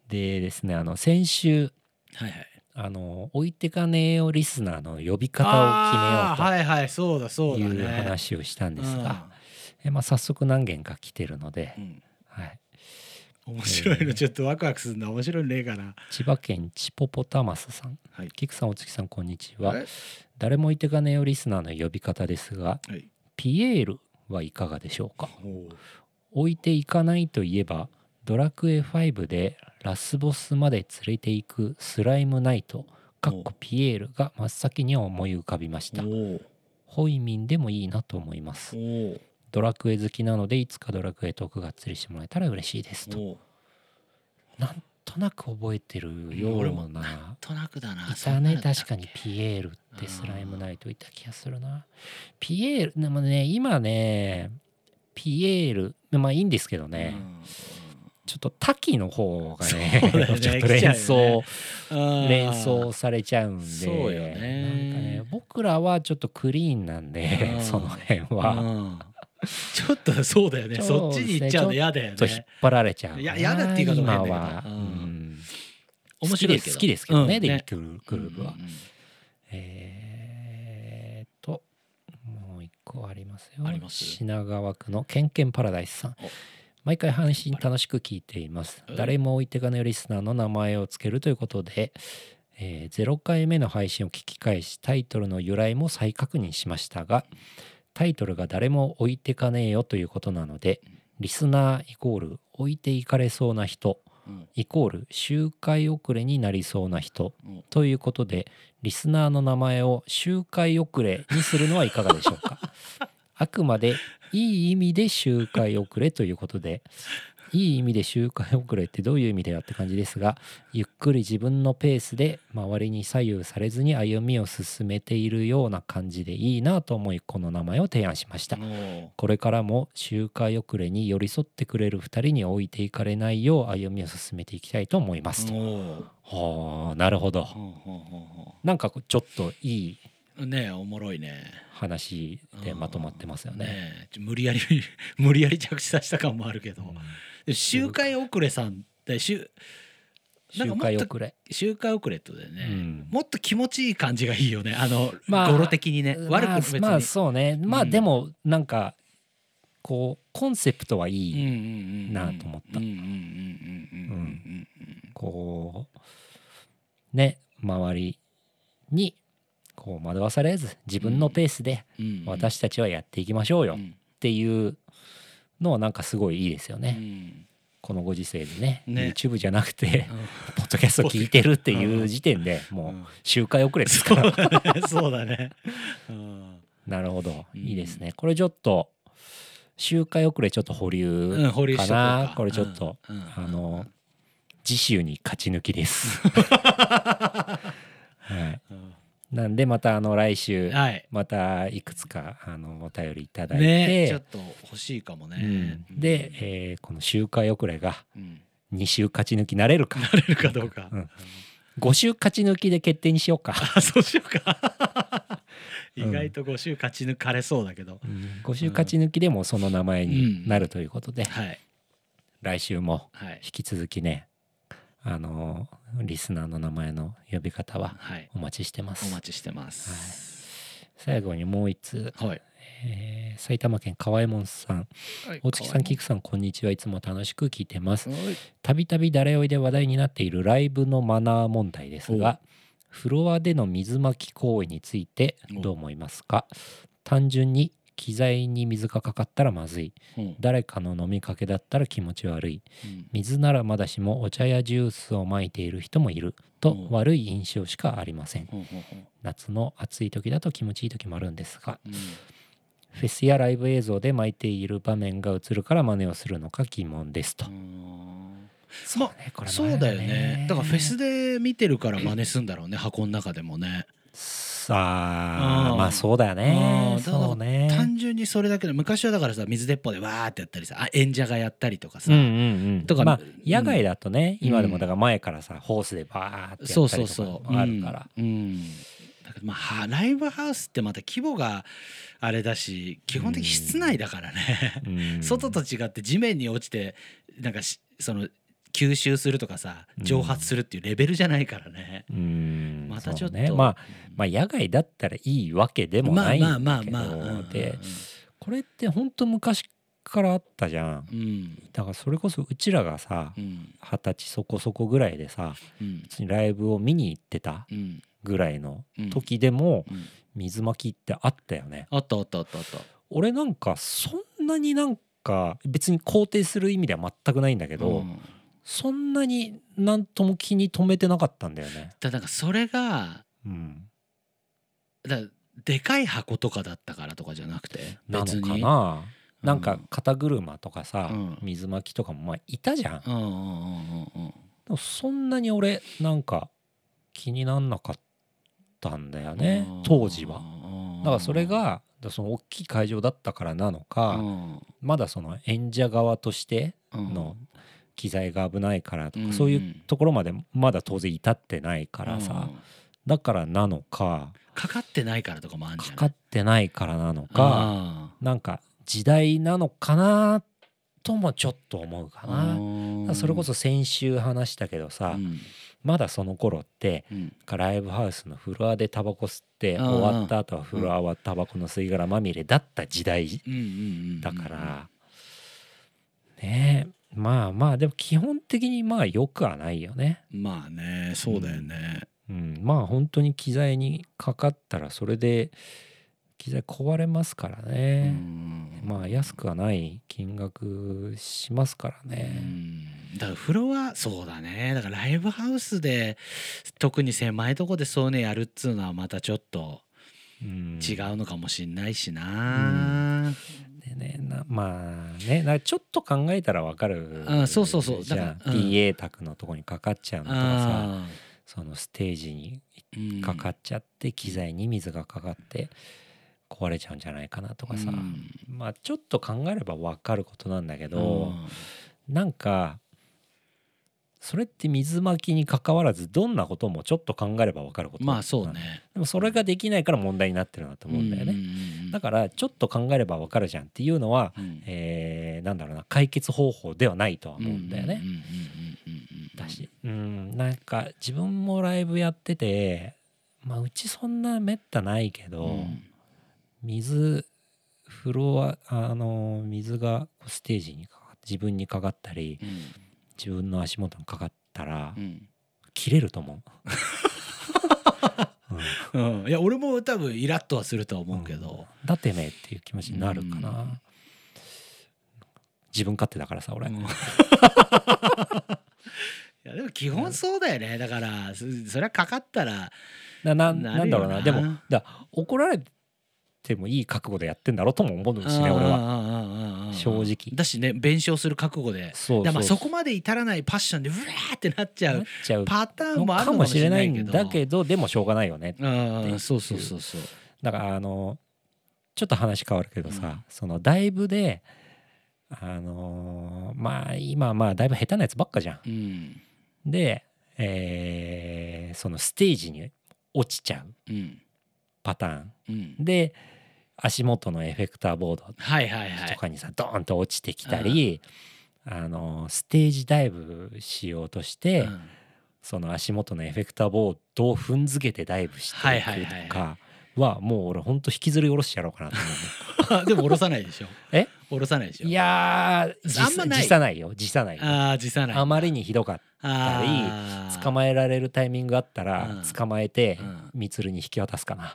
Speaker 1: でですねあの先週
Speaker 2: はいはい
Speaker 1: あの置いてかねえよリスナーの呼び方を
Speaker 2: あ
Speaker 1: 決
Speaker 2: ーはいはいそうだ
Speaker 1: め
Speaker 2: そ
Speaker 1: よう
Speaker 2: う
Speaker 1: と
Speaker 2: だね
Speaker 1: いう話をしたんですが、えまあ、早速何件か来てるので、
Speaker 2: うんうん
Speaker 1: はい、
Speaker 2: 面白い
Speaker 1: えー
Speaker 2: のちょっとワクワクするな面白いねえかな
Speaker 1: 千葉県チポポタマスさん
Speaker 2: はい
Speaker 1: 菊さんお月さんこんにち
Speaker 2: あ
Speaker 1: は
Speaker 2: れ
Speaker 1: 誰も置いてかねえよリスナーの呼び方ですが
Speaker 2: はい
Speaker 1: ピエールはいかがでしょうか
Speaker 2: おー
Speaker 1: 置いていかないといえばドラクエ5でラスボスまで連れていくスライムナイトかっこピエールが真っ先に思い浮かびました
Speaker 2: おー
Speaker 1: ホイミンでもいいなと思います
Speaker 2: おー
Speaker 1: ドラクエ好きなのでいつかドラクエトークがっつりしてもらえたら嬉しいですと
Speaker 2: おー
Speaker 1: なんとなく覚えてるよ
Speaker 2: 俺
Speaker 1: う
Speaker 2: も
Speaker 1: な
Speaker 2: となくだない
Speaker 1: たね確か
Speaker 2: に
Speaker 1: にピエールってスライムナイトいた気がするなピエールでもね今ねピエールまあいいんですけどね、ちょっと滝の方がね
Speaker 2: そうだよね
Speaker 1: ちょっと連
Speaker 2: 来ちゃうよ
Speaker 1: 想、
Speaker 2: うん
Speaker 1: 連想されちゃうんで
Speaker 2: そうよね
Speaker 1: なんかね僕らはちょっとクリーンなんで
Speaker 2: うん
Speaker 1: その辺
Speaker 2: う
Speaker 1: は
Speaker 2: んちょっとそうだよね
Speaker 1: そう
Speaker 2: そっちに行っちゃうの嫌だよ
Speaker 1: ちょっと引っ
Speaker 2: ね
Speaker 1: 張られちゃうかない
Speaker 2: や嫌だって言い方も
Speaker 1: 今
Speaker 2: 変だけど
Speaker 1: は、う
Speaker 2: うん
Speaker 1: ん、
Speaker 2: 面白いけど
Speaker 1: 好きです好きですけどね、
Speaker 2: うん
Speaker 1: デビッドグループは、
Speaker 2: うんうんうん
Speaker 1: えーっともう一個ありますよ
Speaker 2: あります
Speaker 1: 品川区のケンケンパラダイスさん
Speaker 2: お
Speaker 1: 毎回配信楽しく聞いています
Speaker 2: うん
Speaker 1: 誰も置いてかないリスナーの名前をつけるということで、えー0回目の配信を聞き返しタイトルの由来も再確認しましたがタイトルが誰も置いてかねえよということなのでリスナーイコール置いていかれそうな人
Speaker 2: うん
Speaker 1: イコール周回遅れになりそうな人
Speaker 2: うん
Speaker 1: ということでリスナーの名前を周回遅れにするのはいかがでしょう かあくまでいい意味で周回遅れということでいい意味で周回遅れってどういう意味だよって感じですがゆっくり自分のペースで周りに左右されずに歩みを進めているような感じでいいなと思いこの名前を提案しました
Speaker 2: おー
Speaker 1: これからも周回遅れに寄り添ってくれる2人に置いていかれないよう歩みを進めていきたいと思いますと。
Speaker 2: おー
Speaker 1: はあなるほど。
Speaker 2: ほんほんほんほ
Speaker 1: なんかこうちょっといい
Speaker 2: んねえおもろいね
Speaker 1: 話でまとまってますよね。
Speaker 2: ねえちょ無理やり 無理やり着地させた感もあるけど
Speaker 1: うん
Speaker 2: で周回遅れさんって周な
Speaker 1: 周
Speaker 2: んかもっと
Speaker 1: 回遅れ。
Speaker 2: 周回遅れってことだよね、
Speaker 1: うん
Speaker 2: もっと気持ちいい感じがいいよねあの、
Speaker 1: まあ
Speaker 2: 語呂的にね悪く
Speaker 1: まあ
Speaker 2: 別に、
Speaker 1: まあそうね。まあ
Speaker 2: うん
Speaker 1: でもなんかこうコンセプトは
Speaker 2: うん
Speaker 1: いい。
Speaker 2: うんうんうん
Speaker 1: なあと思った
Speaker 2: うんうんうんうんうん
Speaker 1: こうね周りにこう惑わされず自分のペースで
Speaker 2: うんうんうん
Speaker 1: 私たちはやっていきましょうよ
Speaker 2: う
Speaker 1: っ
Speaker 2: ん
Speaker 1: ていうのはなんかすごいいいですよ
Speaker 2: う
Speaker 1: ね。
Speaker 2: ん
Speaker 1: このご時世でね
Speaker 2: ね
Speaker 1: YouTube じゃなく てポッドキャスト聞いてるっていう時点で
Speaker 2: う
Speaker 1: もうん周回遅れですか
Speaker 2: そ
Speaker 1: ら
Speaker 2: うだねそうだね、うん
Speaker 1: なるほど、
Speaker 2: うん
Speaker 1: いいですねこれちょっと周回遅れちょっと保
Speaker 2: う
Speaker 1: 留
Speaker 2: ん、保留し
Speaker 1: か
Speaker 2: とこう
Speaker 1: な、
Speaker 2: か
Speaker 1: これちょっと、
Speaker 2: うんうん
Speaker 1: あの次週に勝ち抜きです、 はい、
Speaker 2: うん
Speaker 1: なんでまたあの来週
Speaker 2: はい
Speaker 1: またいくつかあのお便りいただいて、
Speaker 2: ねちょっと欲しいかもね、
Speaker 1: うんで、えーこの周回遅れが
Speaker 2: うん、
Speaker 1: 2週勝ち抜きなれるか
Speaker 2: なれるかどうか、
Speaker 1: うん5週勝ち抜きで決定にしようか、
Speaker 2: あそうしようか
Speaker 1: うん
Speaker 2: 意外と5週勝ち抜かれそうだけど、
Speaker 1: 5週勝ち抜きでもその名前になるということで、
Speaker 2: はい
Speaker 1: 来週も
Speaker 2: はい
Speaker 1: 引き続きねあのリスナーの名前の呼び方は
Speaker 2: はい
Speaker 1: お待ちしてま
Speaker 2: お
Speaker 1: す
Speaker 2: 待ちしてます、
Speaker 1: 最後にもう一つ、
Speaker 2: はい
Speaker 1: えー埼玉県河右衛門さん大月さん菊さんこんにちはいつも楽しく聞いてます
Speaker 2: はい
Speaker 1: たびたび誰追いで話題になっているライブのマナー問題ですがフロアでの水まき行為についてどう思いますか単純に機材に水がかかったらまずい
Speaker 2: うん
Speaker 1: 誰かの飲みかけだったら気持ち悪い
Speaker 2: うん
Speaker 1: 水ならまだしもお茶やジュースをまいている人もいる
Speaker 2: う
Speaker 1: と
Speaker 2: ん
Speaker 1: 悪い印象しかありません
Speaker 2: ほんほんほん
Speaker 1: 夏の暑い時だと気持ちいい時もあるんですが
Speaker 2: うん
Speaker 1: フェスやライブ映像で巻いている場面が映るから真似をするのか疑問ですと、
Speaker 2: うん
Speaker 1: そうねこれもあ
Speaker 2: そう
Speaker 1: る
Speaker 2: だよねだからフェスで見てるから真似すんだろうね箱の中でもね
Speaker 1: さあ、
Speaker 2: うん
Speaker 1: まあそうだよね
Speaker 2: うんだから
Speaker 1: そうね
Speaker 2: 単純にそれだけで昔はだからさ水鉄砲でわーってやったりさあ演者がやったりとかさ、
Speaker 1: うんうんうん、
Speaker 2: とか
Speaker 1: まあ
Speaker 2: うん
Speaker 1: 野外だとね、
Speaker 2: うん
Speaker 1: 今でもだから前からさホースでバーって
Speaker 2: そ
Speaker 1: や
Speaker 2: う
Speaker 1: った
Speaker 2: そ
Speaker 1: りと
Speaker 2: う
Speaker 1: か
Speaker 2: そ
Speaker 1: も
Speaker 2: う
Speaker 1: あるから
Speaker 2: うんうんだからまあはライブハウスってまた規模があれだし基本的に室内だからね、
Speaker 1: うん
Speaker 2: 外と違って地面に落ちてなんかしその吸収するとかさ蒸発するっていうレベルじゃないからね、
Speaker 1: うん
Speaker 2: またちょっと、
Speaker 1: そうねまあまあ、野外だったらいいわけでもないんだけど、でこれって本当昔からあったじゃん
Speaker 2: うん
Speaker 1: だからそれこそうちらがさ
Speaker 2: うん
Speaker 1: 二十歳そこそこぐらいでさ
Speaker 2: うん
Speaker 1: 普通にライブを見に行ってた
Speaker 2: うん
Speaker 1: ぐらいの
Speaker 2: うん
Speaker 1: 時でも
Speaker 2: うん
Speaker 1: 水まきってあったよね
Speaker 2: あったあったあったあった
Speaker 1: 俺なんかそんなになんか別に肯定する意味では全くないんだけど、
Speaker 2: うん
Speaker 1: そんなになんとも気に留めてなかったんだよね。
Speaker 2: だなんかそれが
Speaker 1: うん、
Speaker 2: だでかい箱とかだったからとかじゃなくて
Speaker 1: な
Speaker 2: 別
Speaker 1: の
Speaker 2: に
Speaker 1: かな、
Speaker 2: うん
Speaker 1: なんか肩車とかさ、
Speaker 2: うん
Speaker 1: 水巻きとかもまあいたじゃん。で
Speaker 2: うんうんうんうんうん
Speaker 1: もそんなに俺なんか気になんなかったんだよね
Speaker 2: うん
Speaker 1: 当時は。
Speaker 2: うん
Speaker 1: だからそれがだその大きい会場だったからなのか、
Speaker 2: うん
Speaker 1: まだその演者側として
Speaker 2: うん
Speaker 1: の機材が危ないからとか、
Speaker 2: うん
Speaker 1: そういうところまでまだ当然至ってないからさ、
Speaker 2: うん
Speaker 1: だからなのか
Speaker 2: かかってないからとかもあるんじゃ
Speaker 1: か
Speaker 2: ない
Speaker 1: かってないからなのかなんか時代なのかなともちょっと思うかな。だからそれこそ先週話したけど
Speaker 2: さ
Speaker 1: さ、まだその頃ってライブハウスのフロアでタバコ吸って
Speaker 2: うん
Speaker 1: 終わった後はフロアはタバコの吸い殻まみれだった時代だからねえまあまあでも基本的にまあ良くはないよね。
Speaker 2: まあねそうだよね
Speaker 1: うん、まあ本当に機材にかかったらそれで機材壊れますからね、まあ安くはない金額しますから
Speaker 2: う
Speaker 1: ね、
Speaker 2: んだからフロアそうだねだからライブハウスで特に狭いとこでそういうのやるっつうのはまたちょっと
Speaker 1: うん
Speaker 2: 違うのかもしんないしな、
Speaker 1: でねなまあねなんかちょっと考えたらわかる
Speaker 2: あそうそうそう
Speaker 1: じゃ
Speaker 2: だか
Speaker 1: あ、
Speaker 2: らうん
Speaker 1: PA 宅のとこにかかっちゃうのとかさ
Speaker 2: あ
Speaker 1: そのステージに
Speaker 2: ーうん
Speaker 1: かかっちゃって機材に水がかかって壊れちゃうんじゃないかなとかさ、
Speaker 2: うん
Speaker 1: まあちょっと考えればわかることなんだけど、
Speaker 2: うん
Speaker 1: なんかそれって水巻きに関わらずどんなこともちょっと考えれば分かること
Speaker 2: まあそう
Speaker 1: なんだ
Speaker 2: ね
Speaker 1: でもそれができないから問題になってるなと思うんだよね、
Speaker 2: うんうんうん
Speaker 1: だからちょっと考えれば分かるじゃんっていうのは、
Speaker 2: うん
Speaker 1: えーなんだろうな解決方法ではないとは思うんだよね、
Speaker 2: うんうんうんうんうんうん
Speaker 1: だしうんなんか自分もライブやっててまあうちそんなめったないけど、
Speaker 2: うん
Speaker 1: 水フロアあの水がこうステージにかかって自分にかかったり、
Speaker 2: うん
Speaker 1: 自分の足元にかかったら
Speaker 2: うん
Speaker 1: 切れると思う、うん
Speaker 2: うん、いや俺も多分イラッとはするとは思うけど、
Speaker 1: だってねっていう気持ちになるかな、
Speaker 2: うん
Speaker 1: 自分勝手だからさ俺、
Speaker 2: うんいや でも基本そうだよねだからそそれはかかったら
Speaker 1: なな
Speaker 2: なるよな
Speaker 1: なんだろうなでもだ怒られてもいい覚悟でやってんだろうとも思うしね俺は
Speaker 2: は
Speaker 1: 正直
Speaker 2: だしね弁償する覚悟で
Speaker 1: そう
Speaker 2: だからまあ
Speaker 1: そう
Speaker 2: そこまで至らないパッションでうわーってなっちゃ
Speaker 1: なっ
Speaker 2: う
Speaker 1: ちゃう
Speaker 2: パターン
Speaker 1: の
Speaker 2: もある
Speaker 1: か
Speaker 2: のか
Speaker 1: も
Speaker 2: も
Speaker 1: し
Speaker 2: し
Speaker 1: れ
Speaker 2: れ
Speaker 1: な
Speaker 2: ないいけ
Speaker 1: ん
Speaker 2: ど
Speaker 1: だけどでもしょうがないよね
Speaker 2: うんそうそうそうそう
Speaker 1: だからあのちょっと話変わるけどさ、
Speaker 2: うん
Speaker 1: そのだいぶであのーまあ今はまあだいぶ下手なやつばっかじゃん。
Speaker 2: うん
Speaker 1: で、えーそのステージに落ちちゃう
Speaker 2: うん
Speaker 1: パターン
Speaker 2: うん
Speaker 1: で足元のエフェクターボード
Speaker 2: はいはいは
Speaker 1: と
Speaker 2: い
Speaker 1: かにさ、ドーンと落ちてきたり、あのーステージダイブしようとして、
Speaker 2: うん
Speaker 1: その足元のエフェクターボードを踏んづけてダイブして
Speaker 2: はいい
Speaker 1: く
Speaker 2: はいは
Speaker 1: と
Speaker 2: い
Speaker 1: かはもう俺ほんと引きずり下ろしてやろうかなと思うね。
Speaker 2: でも下ろさないでしょ
Speaker 1: え
Speaker 2: 下ろさないでしょ
Speaker 1: いやー
Speaker 2: あんまない
Speaker 1: 時差ないよ時差ないよ
Speaker 2: ああ辞さない
Speaker 1: あまりにひどかった
Speaker 2: あー
Speaker 1: 捕まえられるタイミングあったら
Speaker 2: うん
Speaker 1: 捕まえて
Speaker 2: うん
Speaker 1: みつるに引き渡すかな、、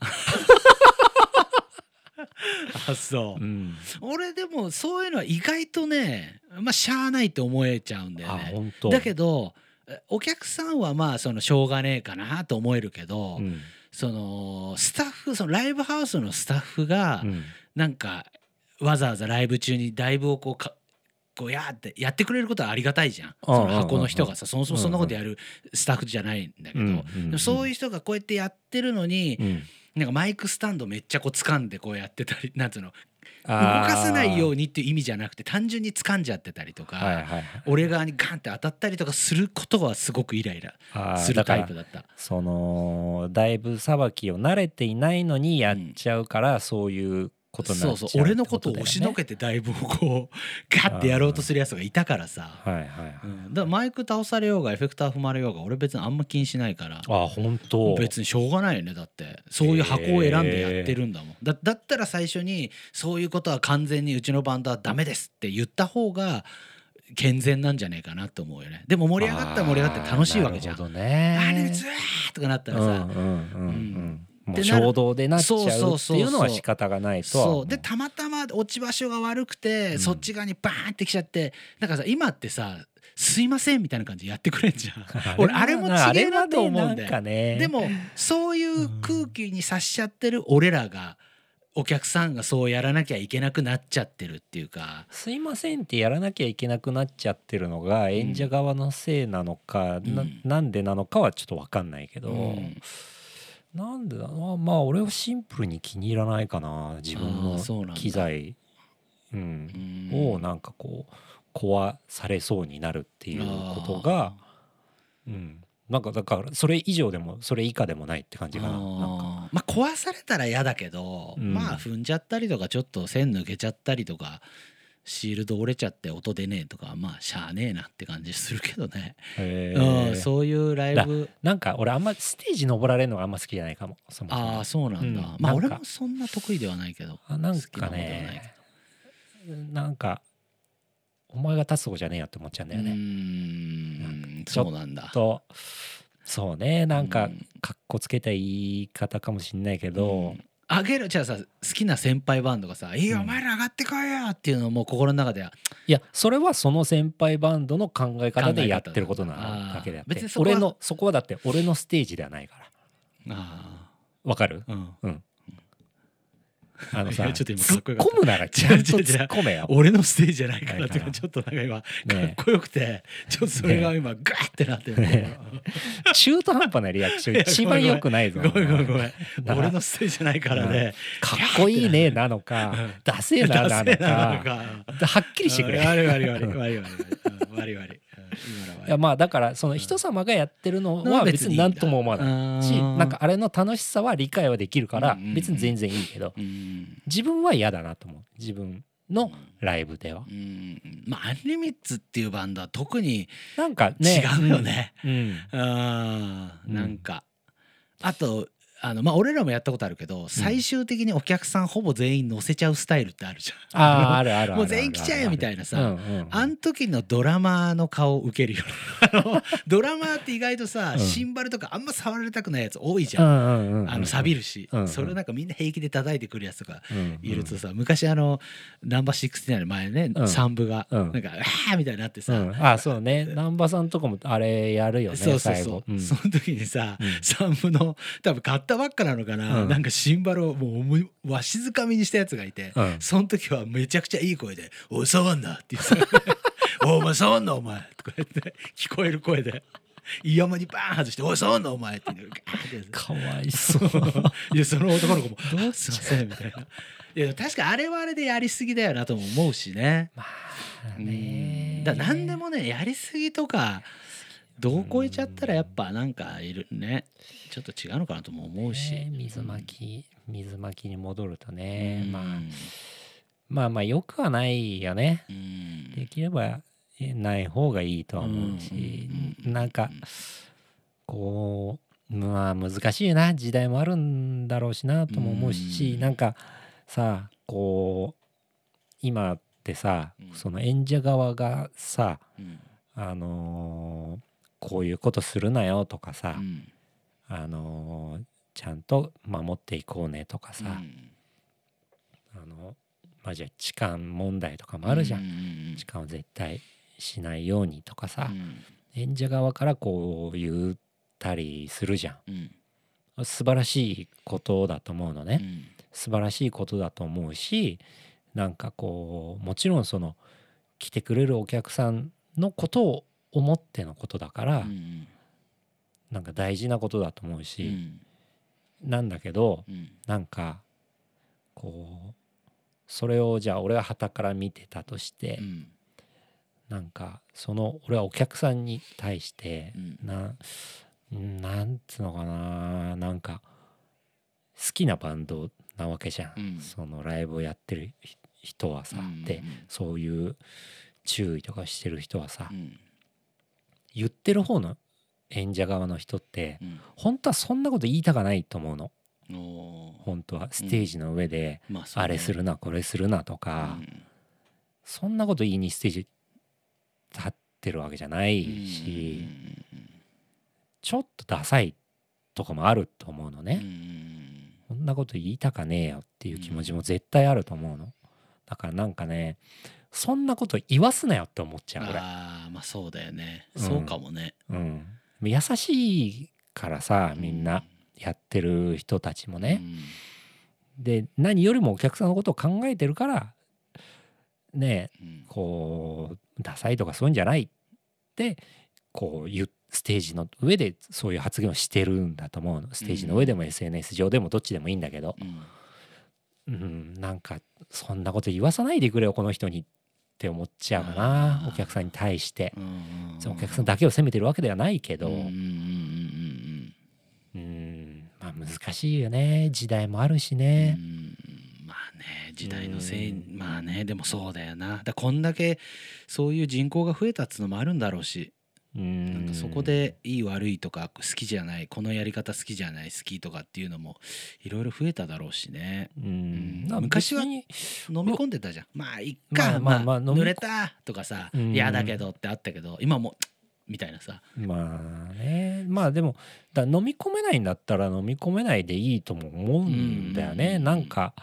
Speaker 2: あ そううん俺でもそういうのは意外とねまあしゃあないって思えちゃうんだよ
Speaker 1: あ
Speaker 2: ね
Speaker 1: 本当
Speaker 2: だけどえお客さんはまあそのしょうがねえかなと思えるけど、
Speaker 1: うん
Speaker 2: そのスタッフそのライブハウスのスタッフが
Speaker 1: うん
Speaker 2: なんかわざわざライブ中にライブをこうかこうやーってやってくれることはありがたいじゃん
Speaker 1: うんうんう
Speaker 2: そ
Speaker 1: ん
Speaker 2: の箱の人がさそもそもそんなことやるスタッフじゃないんだけど、
Speaker 1: うんうんうん
Speaker 2: でもそういう人がこうやってやってるのに、
Speaker 1: うん
Speaker 2: なんかマイクスタンドめっちゃこう掴んでこうやってたりなんつうの
Speaker 1: 動
Speaker 2: 動かさないようにっていう意味じゃなくて単純に掴んじゃってたりとか、
Speaker 1: はいはいはい
Speaker 2: 俺側にガンって当たったりとかすることはすごくイライラ
Speaker 1: あー
Speaker 2: する
Speaker 1: だか
Speaker 2: タ
Speaker 1: ら
Speaker 2: イプだった。
Speaker 1: そのだいぶさばきを慣れていないのにやっちゃうから、そういうことにな
Speaker 2: そ
Speaker 1: っ
Speaker 2: う
Speaker 1: ち
Speaker 2: そ
Speaker 1: ゃう
Speaker 2: う俺のことを押しの
Speaker 1: って
Speaker 2: けてだいぶこうガッてやろうとするやつがいたからさ、
Speaker 1: だよねはいはいはい、
Speaker 2: うん、だからマイク倒されようがエフェクター踏まれようが俺別にあんま気にしないから
Speaker 1: あ本当
Speaker 2: 別にしょうがないよねだってそういう箱を選んでやってるんだもん、だだったら最初にそういうことは完全にうちのバンドはダメですって言った方が健全なんじゃねえかなと思うよねでも盛り上がったら盛り上がって楽しいわけじゃん
Speaker 1: あーなるほど
Speaker 2: あ
Speaker 1: ね
Speaker 2: れうわーとかなったらさ、
Speaker 1: うんうんうんうん
Speaker 2: うん
Speaker 1: も
Speaker 2: っ
Speaker 1: う
Speaker 2: てなる
Speaker 1: 衝動でなっちゃ
Speaker 2: そうそう
Speaker 1: っ
Speaker 2: う
Speaker 1: て
Speaker 2: そう
Speaker 1: いうのは仕方がないとは
Speaker 2: そ
Speaker 1: 思
Speaker 2: うでたまたま落ち場所が悪くて、
Speaker 1: うん
Speaker 2: そっち側にバーンってきちゃってだからさ今ってさ「すいません」みたいな感じでやってくれんじゃん。俺あれも
Speaker 1: な
Speaker 2: 違えなと思うんだよ
Speaker 1: あれはね
Speaker 2: でもそういう空気に察しちゃってる俺らがお客さんがそうやらなきゃいけなくなっちゃってるっていうか
Speaker 1: すいませんってやらなきゃいけなくなっちゃってるのが演者側のせいなのか、な
Speaker 2: うん
Speaker 1: なんでなのかはちょっと分かんないけど、
Speaker 2: うん
Speaker 1: なんでだろうまあ俺はシンプルに気に入らないかな自分
Speaker 2: あー
Speaker 1: の
Speaker 2: そうなんだ
Speaker 1: 機材うん
Speaker 2: うん
Speaker 1: をなんかこう壊されそうになるっていうことが、うん、なんかだからそれ以上でもそれ以下でもないって感じが
Speaker 2: あー
Speaker 1: なんか
Speaker 2: まあ壊されたら嫌だけど、
Speaker 1: うん
Speaker 2: まあ踏んじゃったりとかちょっと線抜けちゃったりとかシールド折れちゃって音出ねえとかまあしゃあねえなって感じするけどね、
Speaker 1: へ
Speaker 2: うん、
Speaker 1: ー
Speaker 2: そういうライブ
Speaker 1: なんか俺あんまステージ登られるのがあんま好きじゃないかもそもそも
Speaker 2: ああそうなんだ、
Speaker 1: うん
Speaker 2: ま
Speaker 1: な
Speaker 2: あ
Speaker 1: んか
Speaker 2: 俺もそんな得意ではないけど
Speaker 1: あなん
Speaker 2: 好きな
Speaker 1: か
Speaker 2: ものではない
Speaker 1: ねなんかお前が立つとこじゃねえよって思っちゃうんだよ
Speaker 2: う
Speaker 1: ね。
Speaker 2: ーん
Speaker 1: ちょっ
Speaker 2: そうなんだ
Speaker 1: とそうねなん
Speaker 2: う
Speaker 1: かかっこつけた言い方かもしんないけど、
Speaker 2: んあげるじゃあさ好きな先輩バンドがさ「いいよ
Speaker 1: うん
Speaker 2: お前ら上がってこいよ」っていうのをもう心の中で
Speaker 1: いやそれはその先輩バンドの考え方でやってること
Speaker 2: 考え方なんだ
Speaker 1: なだけであっ
Speaker 2: あー別
Speaker 1: て
Speaker 2: にそこは
Speaker 1: 俺のそこはだって俺のステージではないから
Speaker 2: あ
Speaker 1: わかる
Speaker 2: あう
Speaker 1: う
Speaker 2: ん
Speaker 1: んあのさ
Speaker 2: いやちょっと今か
Speaker 1: 突
Speaker 2: っ
Speaker 1: っ
Speaker 2: こよかった
Speaker 1: 込むならちゃんと
Speaker 2: 違う違う違う
Speaker 1: 突っ込 めよ
Speaker 2: 俺のステージじゃないから
Speaker 1: ない
Speaker 2: っ
Speaker 1: か
Speaker 2: て
Speaker 1: ら
Speaker 2: ちょっとなんか今か
Speaker 1: ね
Speaker 2: っこよくてちょっとそれが今ガーってなってる
Speaker 1: ね中途半端なリアクション一番良くないぞ
Speaker 2: ごめんごめんごめん
Speaker 1: な
Speaker 2: 俺のステージじゃないからね
Speaker 1: かっこいいねなのかダセえななのか
Speaker 2: か
Speaker 1: はっきりしてくれ
Speaker 2: 悪い悪い悪い悪い悪い悪い悪い悪い今のはい
Speaker 1: やまあだからその人様がやってるのは別に何とも思わない
Speaker 2: ない
Speaker 1: しなんかあれの楽しさは理解はできるから
Speaker 2: うんうんうん
Speaker 1: 別に全然いいけど
Speaker 2: うん
Speaker 1: 自分は嫌だなと思う自分のライブでは
Speaker 2: うんまあアンリミッツっていうバンドは特に
Speaker 1: なんかね
Speaker 2: 違うよね
Speaker 1: うん
Speaker 2: あー
Speaker 1: うん
Speaker 2: なんか、あとあのまあ俺らもやったことあるけど最終的にお客さんほぼ全員乗せちゃうスタイルってあるじゃん。
Speaker 1: あーあるあるあるある
Speaker 2: もう全員来ちゃえよみたいなさ
Speaker 1: うんうん
Speaker 2: あん時のドラマーの顔を受けるよねあ のドラマーって意外とさ、
Speaker 1: うん
Speaker 2: シンバルとかあんま触られたくないやつ多いじ
Speaker 1: う
Speaker 2: ゃん、
Speaker 1: んうんうんうん
Speaker 2: あの錆びるし、
Speaker 1: うんうん
Speaker 2: それをなんかみんな平気で叩いてくるやつとか
Speaker 1: うんうん
Speaker 2: いるとさ、昔あのナンバー69の前ね、
Speaker 1: うん
Speaker 2: 三部が、
Speaker 1: うん
Speaker 2: なんか「ああ!」みたいになって
Speaker 1: う
Speaker 2: さ、
Speaker 1: んあそうね難波さんとかもあれやるよね
Speaker 2: そうそう
Speaker 1: 最
Speaker 2: そ
Speaker 1: 後
Speaker 2: う、
Speaker 1: うん
Speaker 2: その時にさ、
Speaker 1: うん
Speaker 2: サンプの多分買ったばっかなのかな、
Speaker 1: うん
Speaker 2: なんかシンバルをもう思いわしづかみにしたやつがいて、
Speaker 1: うん
Speaker 2: その時はめちゃくちゃいい声で「おい触んな」って言ってさ おいお前触んなお前」とか言って聞こえる声で。イヤモニバーン外して「おい触んなお前」って言うのガーンってやつ
Speaker 1: かわいそう
Speaker 2: いやその男の子も「
Speaker 1: ど
Speaker 2: ど
Speaker 1: う
Speaker 2: うすいません」みたいな。いや確かあれはあれでやりすぎだよなとも思うしね。
Speaker 1: まあ
Speaker 2: うん
Speaker 1: ね
Speaker 2: だから何でもねやりすぎとかどう超えちゃったらやっぱなんかいるねちょっと違うのかなとも思うし、
Speaker 1: ね水まき水まきに戻ると
Speaker 2: う
Speaker 1: ね、
Speaker 2: ん
Speaker 1: まあ、まあまあよくはないよね
Speaker 2: うん
Speaker 1: できればえない方がいいとは思うし、
Speaker 2: うん
Speaker 1: なんかこうまあ難しいな時代もあるんだろうしなとも思うし、
Speaker 2: うん
Speaker 1: なんかさこう今ってさ、
Speaker 2: うん
Speaker 1: その演者側がさ
Speaker 2: うん
Speaker 1: あのーこういうことするなよとかさ、
Speaker 2: うん
Speaker 1: あのーちゃんと守っていこうねとかさ、
Speaker 2: うん
Speaker 1: あのまあじゃあ痴漢問題とかもあるじゃん、
Speaker 2: ううん
Speaker 1: 痴漢を絶対しないようにとかさ
Speaker 2: う、ん
Speaker 1: 演者側からこう言ったりするじゃ
Speaker 2: うん
Speaker 1: ん素晴らしいことだと思うのね、
Speaker 2: うん
Speaker 1: 素晴らしいことだと思うしなんかこうもちろんその来てくれるお客さんのことを思ってのことだから、
Speaker 2: うん
Speaker 1: なんか大事なことだと思う
Speaker 2: う
Speaker 1: し、
Speaker 2: ん
Speaker 1: なんだけど
Speaker 2: うん
Speaker 1: なんかこうそれをじゃあ俺は傍から見てたとして、
Speaker 2: うん
Speaker 1: なんかその俺はお客さんに対して
Speaker 2: うん
Speaker 1: ななんつうのかななんか好きなバンドなわけじゃん、
Speaker 2: うん
Speaker 1: そのライブをやってるひ人はさ、
Speaker 2: うん
Speaker 1: でそういう注意とかしてる人はさ、
Speaker 2: うん
Speaker 1: 言ってる方の演者側の人って
Speaker 2: うん
Speaker 1: 本当はそんなこと言いたかないと思うの
Speaker 2: うんおー
Speaker 1: 本当はステージの上で、
Speaker 2: まあそう
Speaker 1: あれするなこれするなと
Speaker 2: う
Speaker 1: か、
Speaker 2: ん
Speaker 1: そんなこと言いにステージ立ってるわけじゃないし。
Speaker 2: うん
Speaker 1: ちょっとダサいとかもあると思うの
Speaker 2: うんうん
Speaker 1: ね、んなこと言いたかねえよっていう気持ちも絶対あると思うの。だからなんかねそんなこと言わすなよって思っちゃう俺。
Speaker 2: ああまあそうだよね、
Speaker 1: うん
Speaker 2: そうかもね
Speaker 1: うん、優しいからさみんなやってる人たちもね、で何よりもお客さんのことを考えてるからねえ
Speaker 2: うんうん
Speaker 1: こうダサいとかそういうんじゃないってこう言うステージの上でそういう発言をしてるんだと思うのステージの上でも SNS 上でもどっちでもいいんだけど、
Speaker 2: うん
Speaker 1: うん、なんかそんなこと言わさないでくれよこの人にって思っちゃうか
Speaker 2: あ
Speaker 1: な
Speaker 2: ー
Speaker 1: お客さんに対して。
Speaker 2: うん
Speaker 1: そのお客さんだけを責めてるわけではないけど、
Speaker 2: うんうんうんうん
Speaker 1: うんまあ難しいよね時代もあるし
Speaker 2: うんう
Speaker 1: ね。
Speaker 2: んまあね時代のせい
Speaker 1: うん
Speaker 2: まあねでもそうだよなだこんだけそういう人口が増えたっつうのもあるんだろうし
Speaker 1: うん
Speaker 2: なんかそこでいい悪いとか好きじゃないこのやり方好きじゃない好きとかっていうのもいろいろ増えただろうしね
Speaker 1: うんまあ
Speaker 2: 昔は
Speaker 1: 別に
Speaker 2: 飲み込んでたじゃんまあいっ
Speaker 1: ま
Speaker 2: かま
Speaker 1: あ
Speaker 2: あ
Speaker 1: まあまあ飲み込
Speaker 2: 濡れたとかさ
Speaker 1: うん
Speaker 2: 嫌だけどってあったけど今もみたいなさ
Speaker 1: まあねまあでもだ飲み込めないんだったら飲み込めないでいいとも思うんだよね、
Speaker 2: うん
Speaker 1: なんか、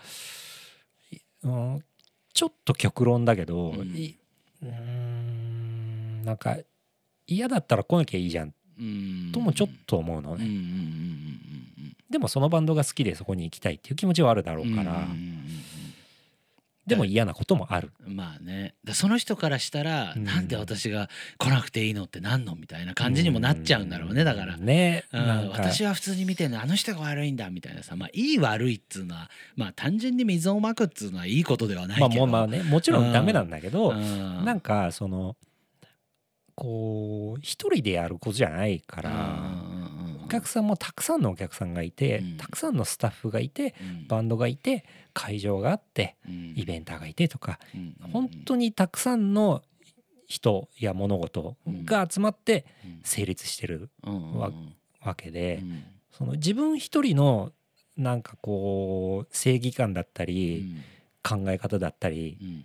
Speaker 1: うん、ちょっと極論だけど、
Speaker 2: うん
Speaker 1: いうーんなんか嫌だったら来なきゃいいじゃん
Speaker 2: うん
Speaker 1: ともちょっと思うの
Speaker 2: うんう
Speaker 1: ね、
Speaker 2: んうんうん
Speaker 1: でもそのバンドが好きでそこに行きたいっていう気持ちはあるだろ
Speaker 2: うんうんうん
Speaker 1: うから、
Speaker 2: うんうんうん
Speaker 1: でも嫌なこともある。
Speaker 2: まあねだその人からしたら、
Speaker 1: うん
Speaker 2: なんで私が来なくていいのってなんのみたいな感じにもなっちゃうんだろうねだから、
Speaker 1: ね、
Speaker 2: うん
Speaker 1: なんか
Speaker 2: 私は普通に見てるのあの人が悪いんだみたいなさまあいい悪いっつうのはまあ単純に水をまくっつうのはいいことではないけ
Speaker 1: ま
Speaker 2: ど
Speaker 1: あもうまあねもちろんダメなんだけど、
Speaker 2: うん
Speaker 1: なんかそのこう一人でやることじゃないから、
Speaker 2: うんうんうん
Speaker 1: お客さんもたくさんのお客さんがいて、
Speaker 2: うん
Speaker 1: たくさんのスタッフがいて
Speaker 2: うん
Speaker 1: バンドがいて会場があって
Speaker 2: うん
Speaker 1: イベンターがいてとか、
Speaker 2: うんうん
Speaker 1: 本当にたくさんの人や物事が集まって成立してる
Speaker 2: うんうんうん
Speaker 1: わわけで、
Speaker 2: うん
Speaker 1: その自分一人のなんかこう正義感だった
Speaker 2: う
Speaker 1: り、
Speaker 2: ん
Speaker 1: 考え方だったり
Speaker 2: うん